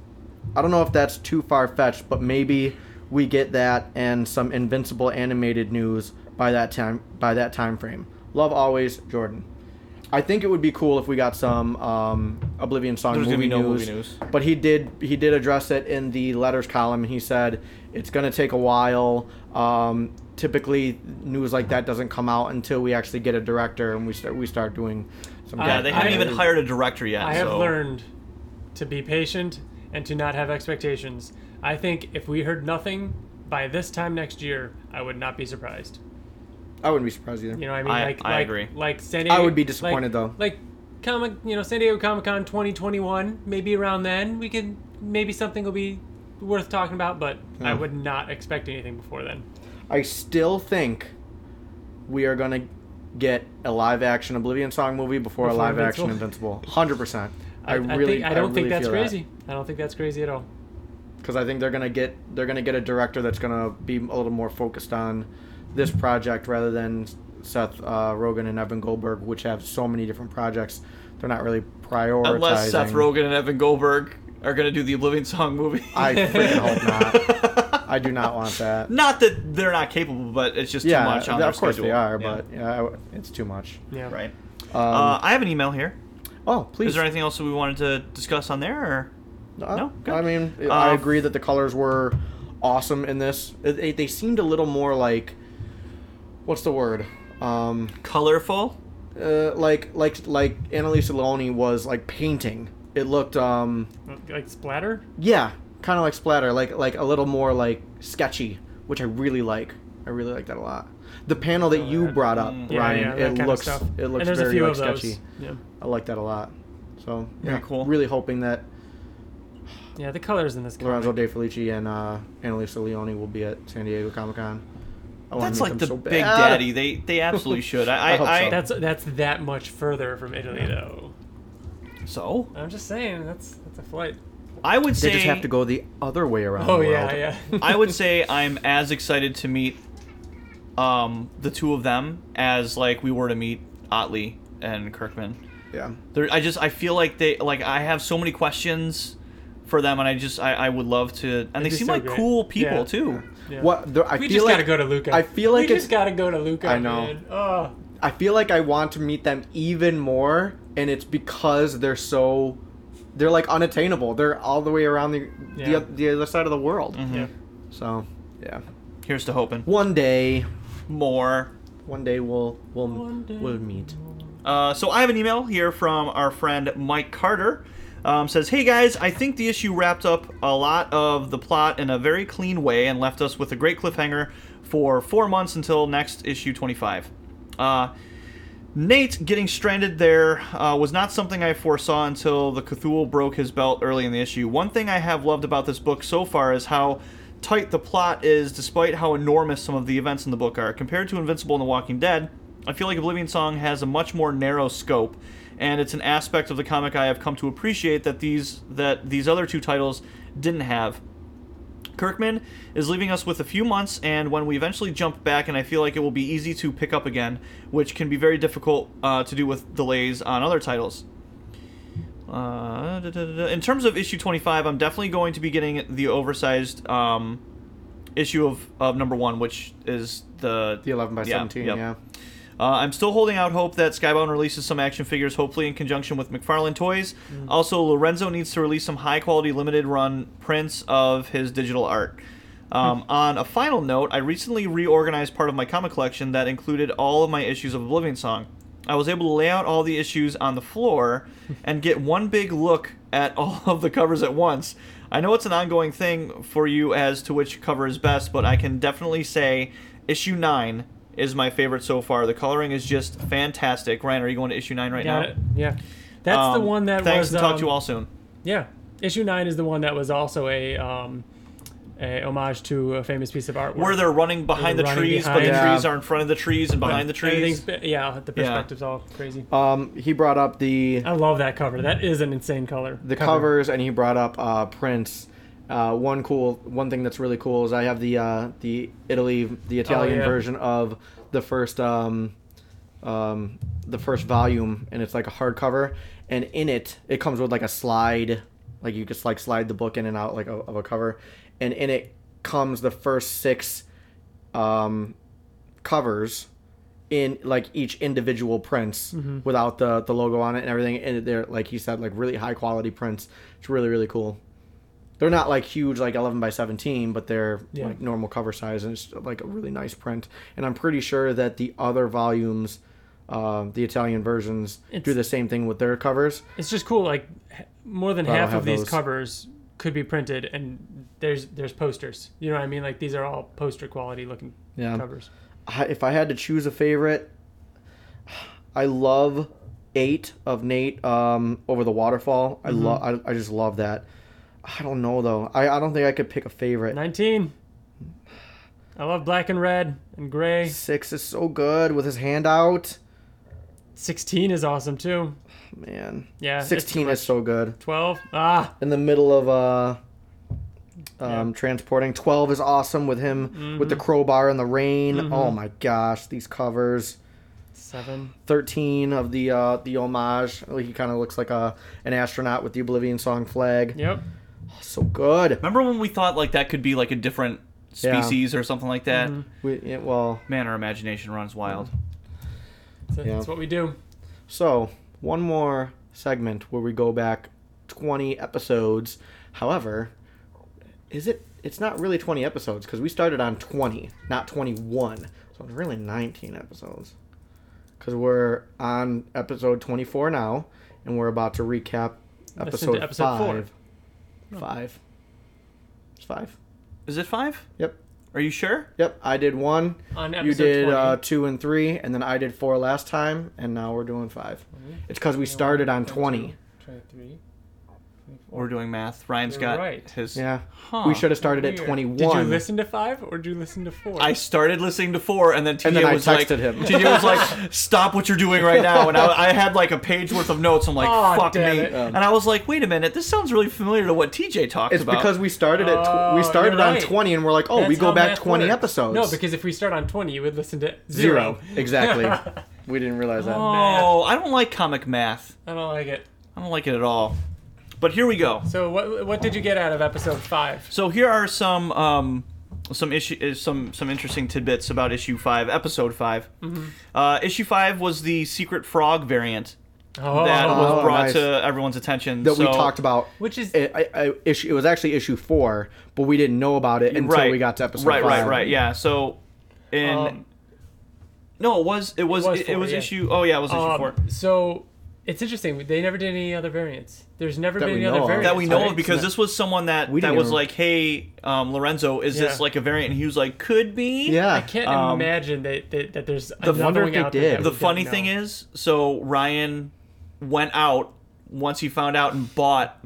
Speaker 1: I don't know if that's too far fetched, but maybe we get that and some Invincible animated news by that time by that time frame. Love always, Jordan. I think it would be cool if we got some um, Oblivion Song
Speaker 2: There's gonna
Speaker 1: movie,
Speaker 2: be no
Speaker 1: news,
Speaker 2: movie news.
Speaker 1: But he did he did address it in the letters column. He said it's going to take a while. Um, typically, news like that doesn't come out until we actually get a director and we start we start doing some.
Speaker 2: Yeah,
Speaker 3: I-
Speaker 2: they
Speaker 3: I
Speaker 2: haven't
Speaker 3: have-
Speaker 2: even hired a director yet.
Speaker 3: I have
Speaker 2: so-
Speaker 3: learned to be patient and to not have expectations. I think if we heard nothing by this time next year, I would not be surprised.
Speaker 1: I wouldn't be surprised either.
Speaker 3: You know, what I mean,
Speaker 2: I-
Speaker 3: like,
Speaker 2: I
Speaker 3: like,
Speaker 2: agree.
Speaker 3: Like San Diego,
Speaker 1: I would be
Speaker 3: like-
Speaker 1: disappointed, though.
Speaker 3: Like comic, you know, San Diego Comic Con 2021, maybe around then we could maybe something will be worth talking about, but I would not expect anything before then.
Speaker 1: I still think we are going to get a live action Oblivion Song movie before, a
Speaker 3: Before
Speaker 1: live action
Speaker 3: Invincible.
Speaker 1: Invincible. Hundred percent. I,
Speaker 3: I
Speaker 1: really
Speaker 3: think, I don't think
Speaker 1: really
Speaker 3: that's
Speaker 1: feel that.
Speaker 3: crazy. I don't think that's crazy at all.
Speaker 1: because I think they're gonna get they're gonna get a director that's gonna be a little more focused on this project rather than Seth uh, Rogen and Evan Goldberg, which have so many different projects. They're not really prioritizing.
Speaker 2: Unless Seth Rogen and Evan Goldberg are gonna do the Oblivion Song movie.
Speaker 1: I freaking hope not. I do not want that.
Speaker 2: not that they're not capable, but it's just
Speaker 1: yeah,
Speaker 2: too much on
Speaker 1: of
Speaker 2: their
Speaker 1: course
Speaker 2: schedule.
Speaker 1: they are,
Speaker 2: Yeah.
Speaker 1: but yeah, I w- it's too much.
Speaker 3: Yeah.
Speaker 2: right. uh, I have an email here.
Speaker 1: Oh, please.
Speaker 2: Is there anything else that we wanted to discuss on there? Or? no? Good.
Speaker 1: I mean, I
Speaker 2: Uh,
Speaker 1: agree that the colors were awesome in this. It, it, they seemed a little more like, what's the word? Um,
Speaker 2: Colorful?
Speaker 1: uh, like like like Annalisa Leone was like painting. It looked um
Speaker 3: Like splatter.
Speaker 1: yeah, kind of like splatter, like like a little more like sketchy, which I really like. I really like that a lot. The panel that you brought up,
Speaker 3: Yeah, Mm. yeah,
Speaker 1: Ryan,
Speaker 3: that kind
Speaker 1: it
Speaker 3: of
Speaker 1: looks
Speaker 3: stuff.
Speaker 1: it
Speaker 3: and
Speaker 1: looks
Speaker 3: there's
Speaker 1: very
Speaker 3: a few
Speaker 1: like,
Speaker 3: of those.
Speaker 1: sketchy.
Speaker 3: Yeah.
Speaker 1: I like that a lot. So
Speaker 2: Very
Speaker 1: yeah,
Speaker 2: cool.
Speaker 1: Really hoping that
Speaker 3: yeah, the colors in this.
Speaker 1: Lorenzo
Speaker 3: comic.
Speaker 1: De Felici and uh, Annalisa Leone will be at San Diego Comic Con. I wanna
Speaker 2: That's
Speaker 1: make them
Speaker 2: like the
Speaker 1: so bad.
Speaker 2: Big Daddy. They they absolutely should. I I,
Speaker 1: I hope so.
Speaker 2: I-
Speaker 3: That's that's that much further from Italy though.
Speaker 2: so
Speaker 3: I'm just saying that's that's a flight.
Speaker 2: I would say
Speaker 1: They just have to go the other way around.
Speaker 3: Oh
Speaker 1: the world.
Speaker 3: yeah, yeah.
Speaker 2: I would say I'm as excited to meet um, the two of them as like we were to meet Otley and Kirkman.
Speaker 1: yeah.
Speaker 2: There, I just I feel like they like I have so many questions for them, and I just I, I would love to. And they
Speaker 3: be
Speaker 2: seem
Speaker 3: so
Speaker 2: like
Speaker 3: great.
Speaker 2: cool people
Speaker 3: Yeah.
Speaker 2: too.
Speaker 3: Yeah.
Speaker 1: What the, I
Speaker 3: we
Speaker 1: feel
Speaker 3: just
Speaker 1: like,
Speaker 3: gotta go to Luca.
Speaker 1: I feel like
Speaker 3: we
Speaker 1: it's
Speaker 3: just gotta go to Luca.
Speaker 1: I know.
Speaker 3: Man. Oh,
Speaker 1: I feel like I want to meet them even more, and it's because they're so they're like unattainable. They're all the way around the
Speaker 3: Yeah. Mm-hmm.
Speaker 1: the, the other side of the world.
Speaker 3: yeah.
Speaker 1: So, yeah.
Speaker 2: Here's to hoping
Speaker 1: One day,
Speaker 2: more.
Speaker 1: one day we'll we'll
Speaker 3: One day.
Speaker 1: we'll meet.
Speaker 2: Uh, so I have an email here from our friend Mike Carter. Um, says, hey guys, I think the issue wrapped up a lot of the plot in a very clean way and left us with a great cliffhanger for four months until next issue 25. Uh, Nate getting stranded there uh, was not something I foresaw until the Cthulhu broke his belt early in the issue. One thing I have loved about this book so far is how tight the plot is, despite how enormous some of the events in the book are. Compared to Invincible and The Walking Dead, I feel like Oblivion Song has a much more narrow scope, and it's an aspect of the comic I have come to appreciate that these that these other two titles didn't have. Kirkman is leaving us with a few months, and when we eventually jump back, and I feel like it will be easy to pick up again, which can be very difficult uh, to do with delays on other titles. Uh, da, da, da, da. in terms of issue 25, I'm definitely going to be getting the oversized um, issue of, of number one, which is the
Speaker 1: The 11 by 17,
Speaker 2: yep.
Speaker 1: yeah.
Speaker 2: Uh, I'm still holding out hope that Skybound releases some action figures, hopefully in conjunction with McFarlane Toys. Also, Lorenzo needs to release some high quality limited run prints of his digital art. Um, on a final note, I recently reorganized part of my comic collection that included all of my issues of Oblivion Song. I was able to lay out all the issues on the floor and get one big look at all of the covers at once. I know it's an ongoing thing for you as to which cover is best, but I can definitely say issue 9 is my favorite so far. The coloring is just fantastic. Ryan, are you going to issue 9 right
Speaker 3: Got
Speaker 2: now?
Speaker 3: it. Yeah. That's the
Speaker 2: Um,
Speaker 3: one that
Speaker 2: thanks
Speaker 3: was.
Speaker 2: and talk
Speaker 3: um,
Speaker 2: to you all soon.
Speaker 3: Yeah, issue nine is the one that was also a um, a homage to a famous piece of artwork.
Speaker 2: Where they're running behind
Speaker 3: They're
Speaker 2: the
Speaker 3: running
Speaker 2: trees, but the
Speaker 3: behind-
Speaker 2: trees are in front of the trees and behind the trees.
Speaker 3: Everything's- Yeah, the perspective's all crazy.
Speaker 1: Um, he brought up the
Speaker 3: I love that cover. That is an insane color.
Speaker 1: the covers, and he brought up uh, Prince. Uh, one cool one thing that's really cool is I have the uh, the Italy the Italian
Speaker 3: yeah.
Speaker 1: version of the first um, um, the first volume, and it's like a hardcover, and in it it comes with like a slide, like you just like slide the book in and out like of of a cover, and in it comes the first six um, covers in like each individual prints
Speaker 3: Mm-hmm.
Speaker 1: without the the logo on it and everything and they're like he said like really high quality prints it's really really cool they're not like huge like 11 by 17 but they're
Speaker 3: Yeah.
Speaker 1: like normal cover size and it's like a really nice print and i'm pretty sure that the other volumes uh, the italian versions do
Speaker 3: It's-
Speaker 1: the same thing with their covers
Speaker 3: It's just cool. Like h- more than
Speaker 1: I don't
Speaker 3: half
Speaker 1: have
Speaker 3: of these
Speaker 1: those.
Speaker 3: covers could be printed, and there's there's posters. You know what I mean? Like these are all poster quality looking
Speaker 1: Yeah.
Speaker 3: covers.
Speaker 1: I- if I had to choose a favorite, I love eight of Nate um, over the waterfall.
Speaker 3: Mm-hmm.
Speaker 1: I love. I, I just love that. I don't know though. I, I don't think I could pick a favorite.
Speaker 3: Nineteen. I love black and red and gray.
Speaker 1: Six is so good with his hand out.
Speaker 3: Sixteen is awesome too.
Speaker 1: Man,
Speaker 3: Yeah. it's
Speaker 1: sixteen is so good.
Speaker 3: Twelve. Ah.
Speaker 1: In the middle of uh, um, transporting. Twelve is awesome with him with the
Speaker 3: Mm-hmm.
Speaker 1: crowbar and the rain. Oh my gosh, these covers.
Speaker 3: Seven.
Speaker 1: 13 of the uh, the homage. Like, He kind of looks like a an astronaut with the Oblivion Song flag.
Speaker 3: Yep.
Speaker 1: So good.
Speaker 2: Remember when we thought like that could be like a different
Speaker 1: Yeah.
Speaker 2: species or something like that?
Speaker 3: Mm-hmm.
Speaker 1: We, yeah, well,
Speaker 2: Man, our imagination runs wild.
Speaker 1: Mm-hmm.
Speaker 3: That's,
Speaker 1: Yeah.
Speaker 3: that's what we do.
Speaker 1: so one more segment where we go back 20 episodes. However, is it? It's not really 20 episodes because we started on 20, not 21. So it's really 19 episodes. Because we're on episode 24 now, and we're about to recap
Speaker 3: to
Speaker 1: episode,
Speaker 3: episode four.
Speaker 1: five. Five. It's five.
Speaker 2: Is it five?
Speaker 1: Yep.
Speaker 2: Are you sure?
Speaker 1: Yep, I did one.
Speaker 3: On episode
Speaker 1: You did
Speaker 3: 20.
Speaker 1: uh, two and three, and then I did four last
Speaker 3: Mm-hmm.
Speaker 1: time, and now we're doing 5 It's because we started on 20.
Speaker 3: 23,
Speaker 2: We're doing math. Ryan's
Speaker 3: You're
Speaker 2: got
Speaker 3: right.
Speaker 2: his.
Speaker 1: Yeah.
Speaker 2: Huh.
Speaker 1: We should have started at
Speaker 3: Weird.
Speaker 1: 21.
Speaker 3: Did you listen to five or did you listen to four?
Speaker 2: I started listening to four, and then TJ
Speaker 1: then I
Speaker 2: was
Speaker 1: texted
Speaker 2: like,
Speaker 1: him.
Speaker 2: TJ was like, "Stop what you're doing right now!" And I, I had like a page worth of notes. I'm like,
Speaker 3: Aw,
Speaker 2: "Fuck me!"
Speaker 3: damn it.
Speaker 2: and I was like, "Wait a minute, this sounds really familiar to what TJ talked
Speaker 1: Um, It's
Speaker 2: about."
Speaker 1: because we started at tw- we
Speaker 3: Oh,
Speaker 1: started
Speaker 3: you're
Speaker 1: on
Speaker 3: right.
Speaker 1: 20 and we're like, "Oh,
Speaker 3: That's
Speaker 1: we go
Speaker 3: how
Speaker 1: back
Speaker 3: math
Speaker 1: 20
Speaker 3: works.
Speaker 1: episodes."
Speaker 3: No, because if we start on twenty, you would listen to
Speaker 1: zero.
Speaker 3: zero.
Speaker 1: Exactly. we didn't realize that.
Speaker 2: oh, I don't like comic math.
Speaker 3: I don't like it.
Speaker 2: I don't like it at all. But here we go.
Speaker 3: So what what did you get out of episode five?
Speaker 2: So here are some um, some issue uh, some some interesting tidbits about issue five, episode 5
Speaker 1: Mm-hmm.
Speaker 2: Uh, issue five was the secret frog variant
Speaker 3: Oh,
Speaker 2: that was
Speaker 1: Oh,
Speaker 2: brought
Speaker 1: nice.
Speaker 2: to everyone's attention.
Speaker 1: That we
Speaker 2: So-
Speaker 1: talked about.
Speaker 3: which is
Speaker 1: It, I, I, issue, it was actually issue 4, but we didn't know about it until
Speaker 2: right.
Speaker 1: we got to episode
Speaker 2: right,
Speaker 1: 5.
Speaker 2: Right, right, Yeah. So in
Speaker 3: Um,
Speaker 2: no, it was it was it
Speaker 3: It
Speaker 2: was,
Speaker 3: was four, yeah.
Speaker 2: issue. Oh yeah, it was issue
Speaker 3: um,
Speaker 2: four.
Speaker 3: so it's interesting. They never did any other variants. There's never been
Speaker 1: we
Speaker 3: any
Speaker 1: know
Speaker 3: other
Speaker 1: of.
Speaker 3: variants.
Speaker 2: That we know
Speaker 3: right?
Speaker 2: of because this was someone that
Speaker 1: We
Speaker 2: that
Speaker 1: didn't
Speaker 2: was
Speaker 1: even-
Speaker 2: like, hey, um, Lorenzo, is this
Speaker 3: Yeah.
Speaker 2: like a variant? And he was like, could be.
Speaker 1: Yeah.
Speaker 3: I can't
Speaker 2: Um,
Speaker 3: imagine that, that that there's another
Speaker 1: wonder if
Speaker 3: one
Speaker 1: they
Speaker 3: out there
Speaker 1: did.
Speaker 3: that
Speaker 2: The
Speaker 3: we don't
Speaker 2: funny
Speaker 3: know.
Speaker 2: thing is, so Ryan went out once he found out and bought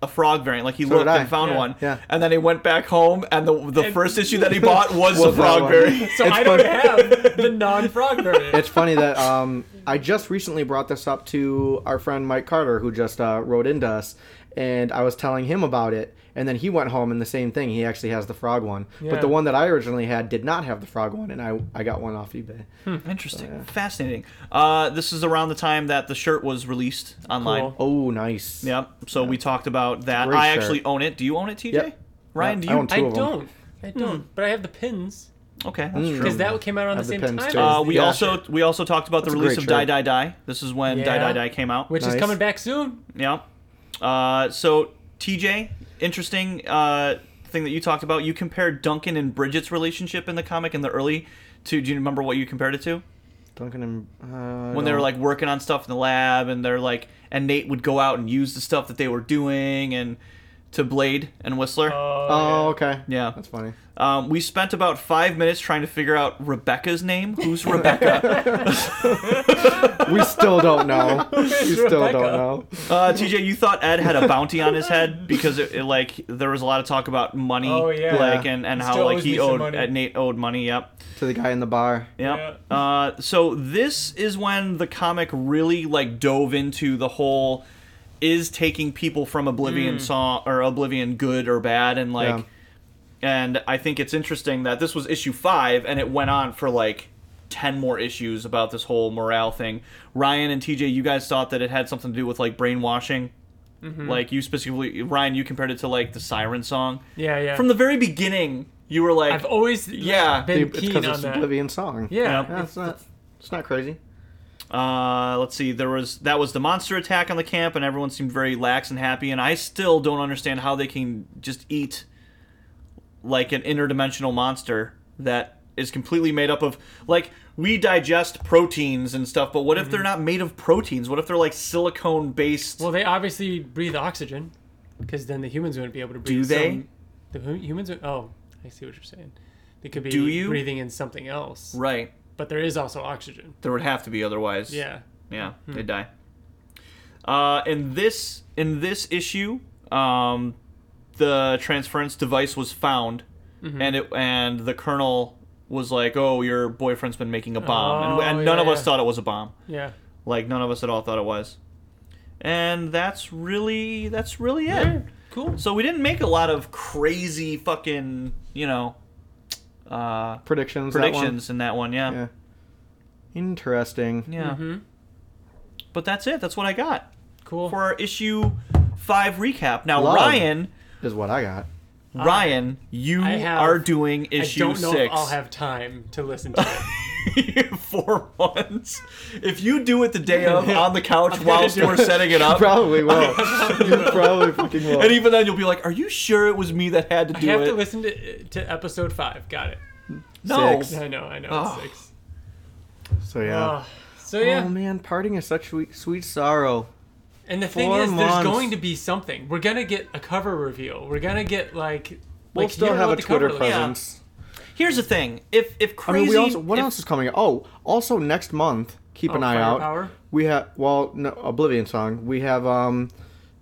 Speaker 2: a frog variant. Like he
Speaker 1: did
Speaker 2: looked
Speaker 1: I.
Speaker 2: and found
Speaker 3: Yeah.
Speaker 2: one,
Speaker 1: Yeah.
Speaker 2: and then he went back home, and the the
Speaker 3: And-
Speaker 2: first issue that he bought was the
Speaker 1: Was that
Speaker 2: frog
Speaker 1: one.
Speaker 2: variant.
Speaker 3: So
Speaker 1: It's
Speaker 3: I don't
Speaker 1: funny.
Speaker 3: have the non-frog variant.
Speaker 1: It's funny that um, I just recently brought this up to our friend Mike Carter, who just uh, wrote into us, and I was telling him about it, and then he went home and the same thing. He actually has the frog one, but
Speaker 3: Yeah.
Speaker 1: the one that I originally had did not have the frog one, and I I got one off eBay. Oh,
Speaker 2: Interesting, fascinating. Uh, this is around the time that the shirt was released online.
Speaker 3: Cool.
Speaker 1: Oh, nice.
Speaker 2: Yep. So we talked about that.
Speaker 1: Great
Speaker 2: I
Speaker 1: shirt.
Speaker 2: actually own it. Do you own it, TJ?
Speaker 1: Yep.
Speaker 2: Ryan, do
Speaker 1: I
Speaker 2: you?
Speaker 1: own two
Speaker 3: I
Speaker 1: of 'em.
Speaker 3: don't. I
Speaker 2: Hmm.
Speaker 3: don't. But I have the pins
Speaker 2: Okay, that's
Speaker 3: because
Speaker 2: true.
Speaker 3: that came out on
Speaker 1: have
Speaker 3: the
Speaker 1: Mm. the
Speaker 3: same
Speaker 1: pins,
Speaker 3: time.
Speaker 1: too.
Speaker 2: Uh,
Speaker 3: as
Speaker 2: we
Speaker 3: the-
Speaker 2: also we also talked about the
Speaker 1: That's a
Speaker 2: release
Speaker 1: great
Speaker 2: of Die
Speaker 1: shirt.
Speaker 2: Die Die. This is when Die Die
Speaker 3: Yeah.
Speaker 2: Die came out.
Speaker 3: which
Speaker 1: Nice.
Speaker 3: is coming back soon.
Speaker 2: Yeah. Uh, so TJ, interesting uh, thing that you talked about. You compared Duncan and Bridget's relationship in the comic in the early. To do you remember what you compared it to?
Speaker 1: Duncan and uh,
Speaker 2: When they were like working on stuff in the lab, and they're like, and Nate would go out and use the stuff that they were doing, and to Blade and Whistler.
Speaker 1: oh okay,
Speaker 2: yeah.
Speaker 1: that's funny.
Speaker 2: Um, we spent about five minutes trying to figure out Rebecca's name. Who's Rebecca?
Speaker 1: We still don't know. we still don't
Speaker 3: Rebecca?
Speaker 1: know.
Speaker 2: uh, TJ, you thought Ed had a bounty on his head because it, it, like there was a lot of talk about money,
Speaker 3: Oh, yeah.
Speaker 2: like and, and how
Speaker 3: Still
Speaker 2: like
Speaker 3: owes
Speaker 2: he
Speaker 3: me some
Speaker 2: owed
Speaker 3: money.
Speaker 2: uh, Nate owed money. Yep,
Speaker 1: To the guy in the bar.
Speaker 2: yep.
Speaker 3: Yeah.
Speaker 2: Uh, so this is when the comic really like dove into the whole is taking people from Oblivion
Speaker 3: Mm.
Speaker 2: song or Oblivion good or bad and like.
Speaker 1: Yeah.
Speaker 2: and I think it's interesting that this was issue five, and it went on for like ten more issues about this whole morale thing. Ryan and TJ, you guys thought that it had something to do with like brainwashing.
Speaker 3: Mm-hmm.
Speaker 2: Like you specifically, Ryan, you compared it to like the siren song.
Speaker 3: Yeah, yeah.
Speaker 2: From the very beginning, you were like,
Speaker 3: I've always
Speaker 2: Yeah.
Speaker 3: been
Speaker 1: It's
Speaker 3: keen
Speaker 1: because
Speaker 3: on
Speaker 1: it's
Speaker 3: that.
Speaker 1: Oblivion song.
Speaker 3: Yeah,
Speaker 2: Yeah.
Speaker 1: it's not. It's not crazy.
Speaker 2: uh, let's see, there was that was the monster attack on the camp, and everyone seemed very lax and happy. And I still don't understand how they can just eat like an interdimensional monster that is completely made up of like we digest proteins and stuff, but what if they're not made of proteins? What if they're like silicone based?
Speaker 3: Well, they obviously breathe oxygen, because then the humans wouldn't be able to breathe.
Speaker 2: Do they?
Speaker 3: some- the hu- humans. Are, oh, I see what you're saying. They could be
Speaker 2: Do you?
Speaker 3: breathing in something else,
Speaker 2: right.
Speaker 3: but there is also oxygen.
Speaker 2: There would have to be otherwise.
Speaker 3: Yeah.
Speaker 2: Yeah,
Speaker 3: Hmm.
Speaker 2: they die. Uh, in this in this issue, um, the transference device was found,
Speaker 3: Mm-hmm.
Speaker 2: and it and the colonel was like, "Oh, your boyfriend's been making a bomb,"
Speaker 3: Oh,
Speaker 2: and, and none
Speaker 3: yeah,
Speaker 2: of us
Speaker 3: yeah.
Speaker 2: thought it was a bomb.
Speaker 3: Yeah.
Speaker 2: Like none of us at all thought it was. And that's really that's really it.
Speaker 3: Cool.
Speaker 2: So we didn't make a lot of crazy fucking you know uh,
Speaker 1: Predictions. that one?
Speaker 2: predictions in that one. Yeah, yeah.
Speaker 1: Yeah. Interesting.
Speaker 3: Mm-hmm.
Speaker 2: But that's it. That's what I got.
Speaker 3: Cool.
Speaker 2: for our issue five recap. Now,
Speaker 1: Love.
Speaker 2: Ryan,
Speaker 1: Is what I got.
Speaker 2: Ryan, you
Speaker 3: I have-
Speaker 2: are doing
Speaker 3: I
Speaker 2: issue
Speaker 3: don't know
Speaker 2: six
Speaker 3: if I'll have time to listen to it.
Speaker 2: for once. If you do it the day of on the couch whilst we're setting it up,
Speaker 1: Probably will. you probably fucking will.
Speaker 2: and even then you'll be like, "Are you sure it was me that had to
Speaker 3: I
Speaker 2: do
Speaker 3: have
Speaker 2: it?"
Speaker 3: to listen to to episode five. Got it.
Speaker 2: no.
Speaker 1: Six.
Speaker 3: I know. I know.
Speaker 2: Oh.
Speaker 3: It's six.
Speaker 1: so yeah.
Speaker 3: Oh. So yeah.
Speaker 1: Oh man, parting is such sweet, sweet sorrow.
Speaker 3: And the thing
Speaker 1: Four
Speaker 3: is,
Speaker 1: months.
Speaker 3: there's going to be something. We're gonna get a cover reveal. We're gonna get like.
Speaker 1: We'll
Speaker 3: like, you
Speaker 1: still
Speaker 3: don't know
Speaker 1: have a
Speaker 3: what the cover
Speaker 1: Twitter
Speaker 3: looks like.
Speaker 1: presence.
Speaker 2: Here's the thing: if if
Speaker 1: I
Speaker 2: crazy,
Speaker 1: mean, we also. What
Speaker 2: if-
Speaker 1: else is coming? Oh, also next month. Keep
Speaker 3: Oh,
Speaker 1: an eye out.
Speaker 3: Firepower?
Speaker 1: We have well, no, Oblivion song. We have um,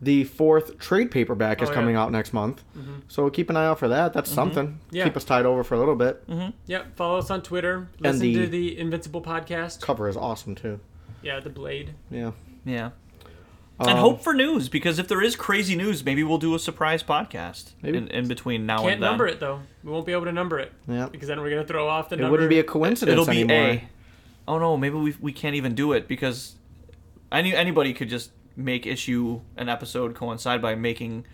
Speaker 1: The fourth trade paperback is
Speaker 3: Oh, yeah.
Speaker 1: coming out next month, so keep an eye out for that. That's something.
Speaker 3: Yeah.
Speaker 1: Keep us tied over for a little bit.
Speaker 3: Yep. Follow us on Twitter. Listen
Speaker 1: the-
Speaker 3: to the Invincible podcast.
Speaker 1: Cover is awesome too.
Speaker 3: Yeah, the Blade.
Speaker 1: Yeah.
Speaker 2: Yeah.
Speaker 1: Um,
Speaker 2: and hope for news because if there is crazy news, maybe we'll do a surprise podcast
Speaker 1: Maybe.
Speaker 2: In, in between
Speaker 1: Oh,
Speaker 2: now
Speaker 3: Can't
Speaker 1: uh,
Speaker 2: and then.
Speaker 3: number it though. We won't be able to number it.
Speaker 1: Yeah.
Speaker 3: Because then we're gonna throw off the
Speaker 1: It
Speaker 3: number.
Speaker 1: wouldn't be a coincidence
Speaker 2: It'll be
Speaker 1: anymore.
Speaker 2: a. Oh no, maybe we we can't even do it because any anybody could just make issue an episode coincide by making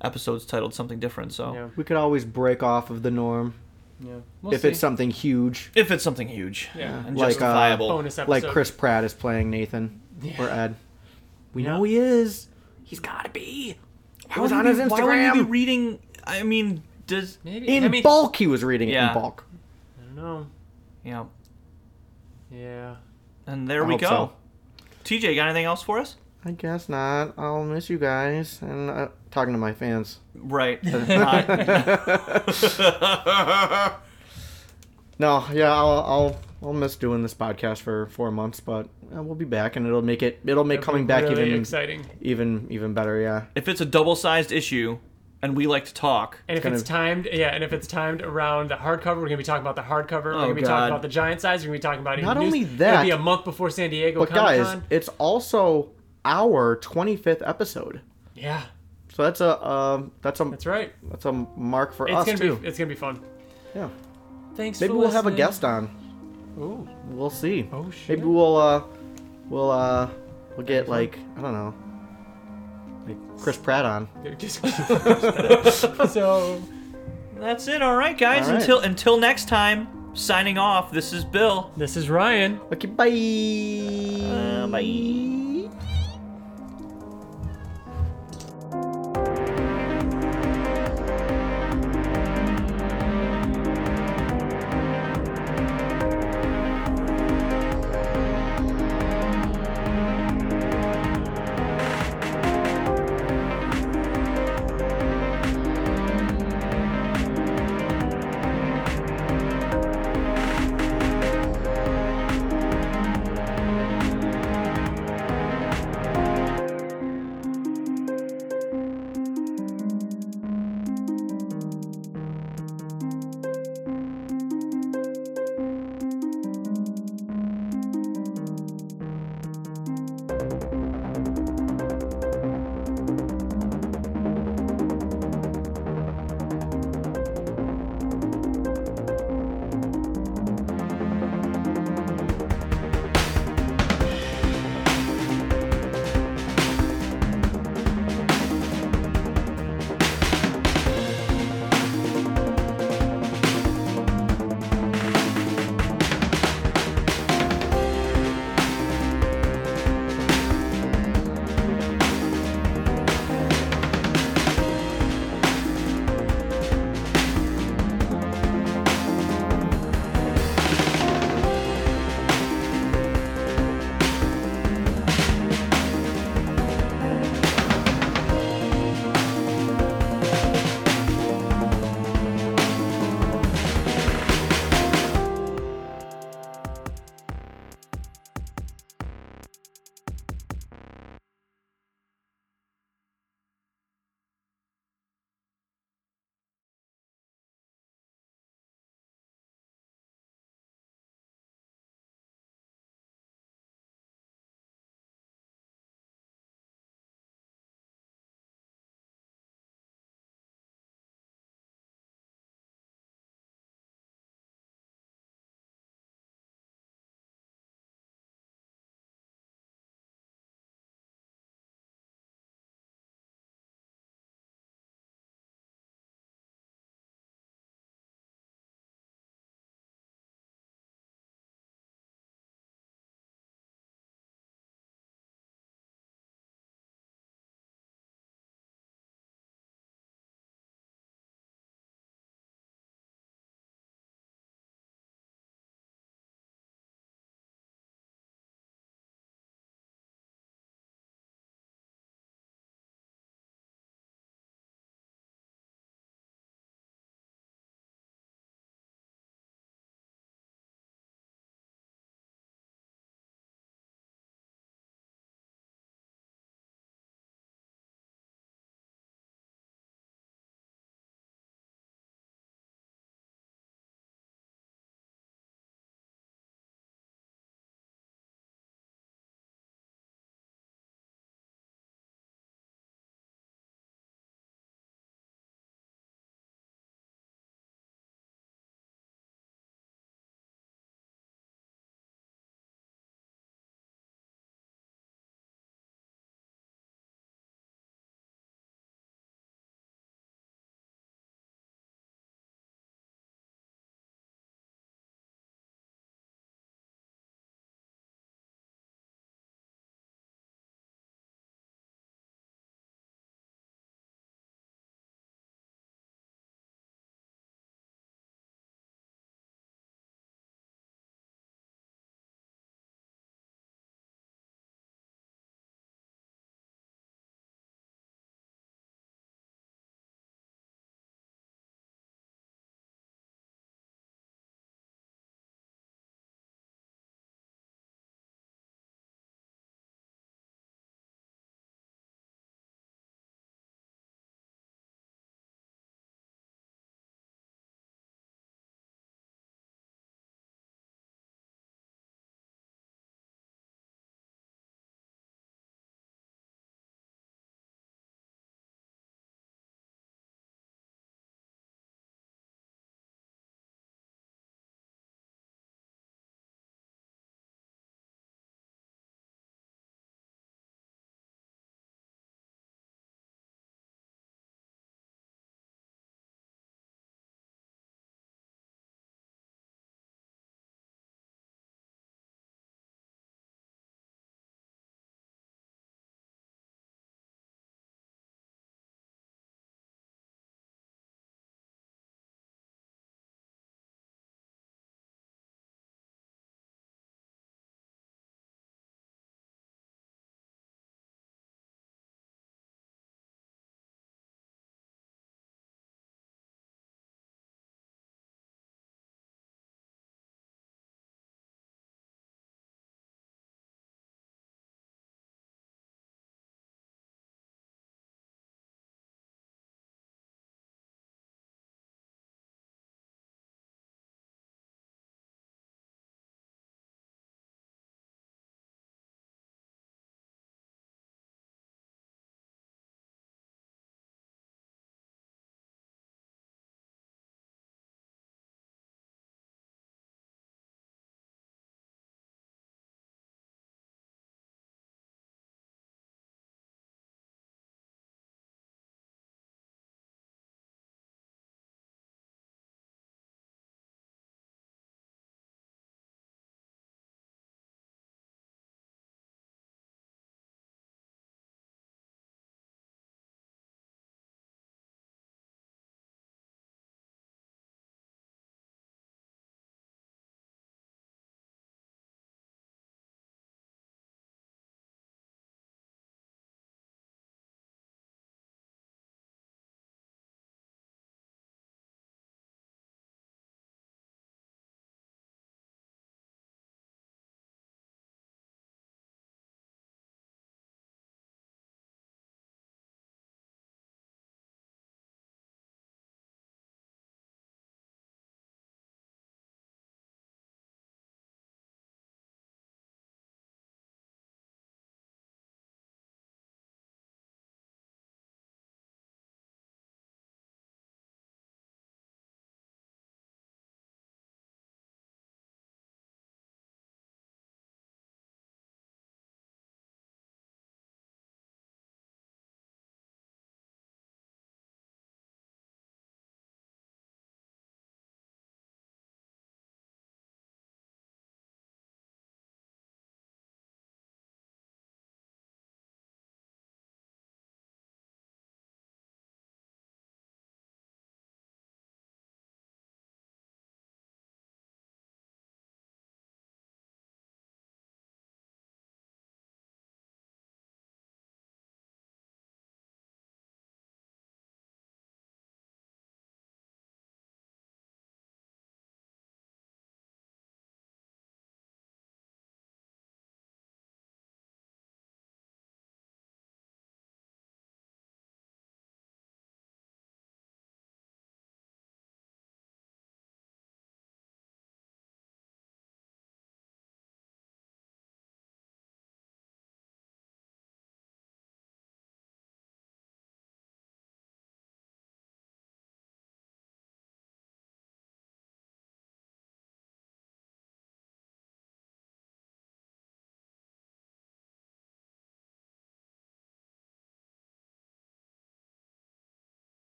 Speaker 2: episodes titled something different. So
Speaker 3: Yeah.
Speaker 1: We could always break off of the norm
Speaker 3: Yeah. We'll
Speaker 1: if
Speaker 3: see.
Speaker 1: it's something huge,
Speaker 2: if it's something huge
Speaker 3: yeah.
Speaker 2: and
Speaker 1: Like, uh,
Speaker 2: justifiable,
Speaker 3: bonus episode.
Speaker 1: like Chris Pratt is playing Nathan or Ed. We know he is. He's gotta be. I was
Speaker 2: Why
Speaker 1: on
Speaker 2: would
Speaker 1: his
Speaker 2: you be- Why would you
Speaker 1: Instagram.
Speaker 2: be reading? I mean, does
Speaker 3: Maybe.
Speaker 1: in
Speaker 3: I mean,
Speaker 1: bulk, he was reading it
Speaker 2: Yeah.
Speaker 1: in bulk.
Speaker 3: I don't know.
Speaker 2: yeah.
Speaker 3: Yeah.
Speaker 2: And there
Speaker 1: I
Speaker 2: we
Speaker 1: hope
Speaker 2: go.
Speaker 1: so.
Speaker 2: TJ, got anything else for us?
Speaker 1: I guess not. I'll miss you guys and uh, talking to my fans.
Speaker 2: Right. Hi.
Speaker 1: No, yeah, I'll, I'll I'll miss doing this podcast for four months, but uh, we'll be back, and it'll make it it'll make coming back
Speaker 3: really
Speaker 1: even
Speaker 3: exciting.
Speaker 1: even even better. Yeah,
Speaker 2: if it's a double-sized issue, and we like to talk,
Speaker 3: And if
Speaker 1: It's
Speaker 3: it's timed, yeah, and if it's timed around the hardcover, we're gonna be talking about the hardcover. we're gonna be
Speaker 2: God.
Speaker 3: talking about the giant size. We're gonna be talking about even
Speaker 1: Oh, Not
Speaker 3: news.
Speaker 1: only
Speaker 3: it'll
Speaker 1: that,
Speaker 3: be a month before San Diego.
Speaker 1: but
Speaker 3: Comic-Con.
Speaker 1: guys, it's also our 25th episode,
Speaker 3: yeah,
Speaker 1: so that's a um that's a
Speaker 3: that's right.
Speaker 1: that's a mark for
Speaker 3: It's
Speaker 1: us
Speaker 3: gonna
Speaker 1: too.
Speaker 3: be it's gonna be fun.
Speaker 1: yeah,
Speaker 3: Thanks.
Speaker 1: maybe
Speaker 3: for
Speaker 1: we'll have a
Speaker 3: listening.
Speaker 1: guest on.
Speaker 3: Ooh,
Speaker 1: We'll see.
Speaker 3: Oh, shit.
Speaker 1: Maybe we'll uh we'll uh we'll get like I don't know like Chris Pratt on.
Speaker 3: Just- so
Speaker 2: that's it. All right, guys.
Speaker 1: All right.
Speaker 2: Until until next time. Signing off. This is Bill.
Speaker 3: this is Ryan.
Speaker 1: Okay, bye.
Speaker 2: Uh, bye.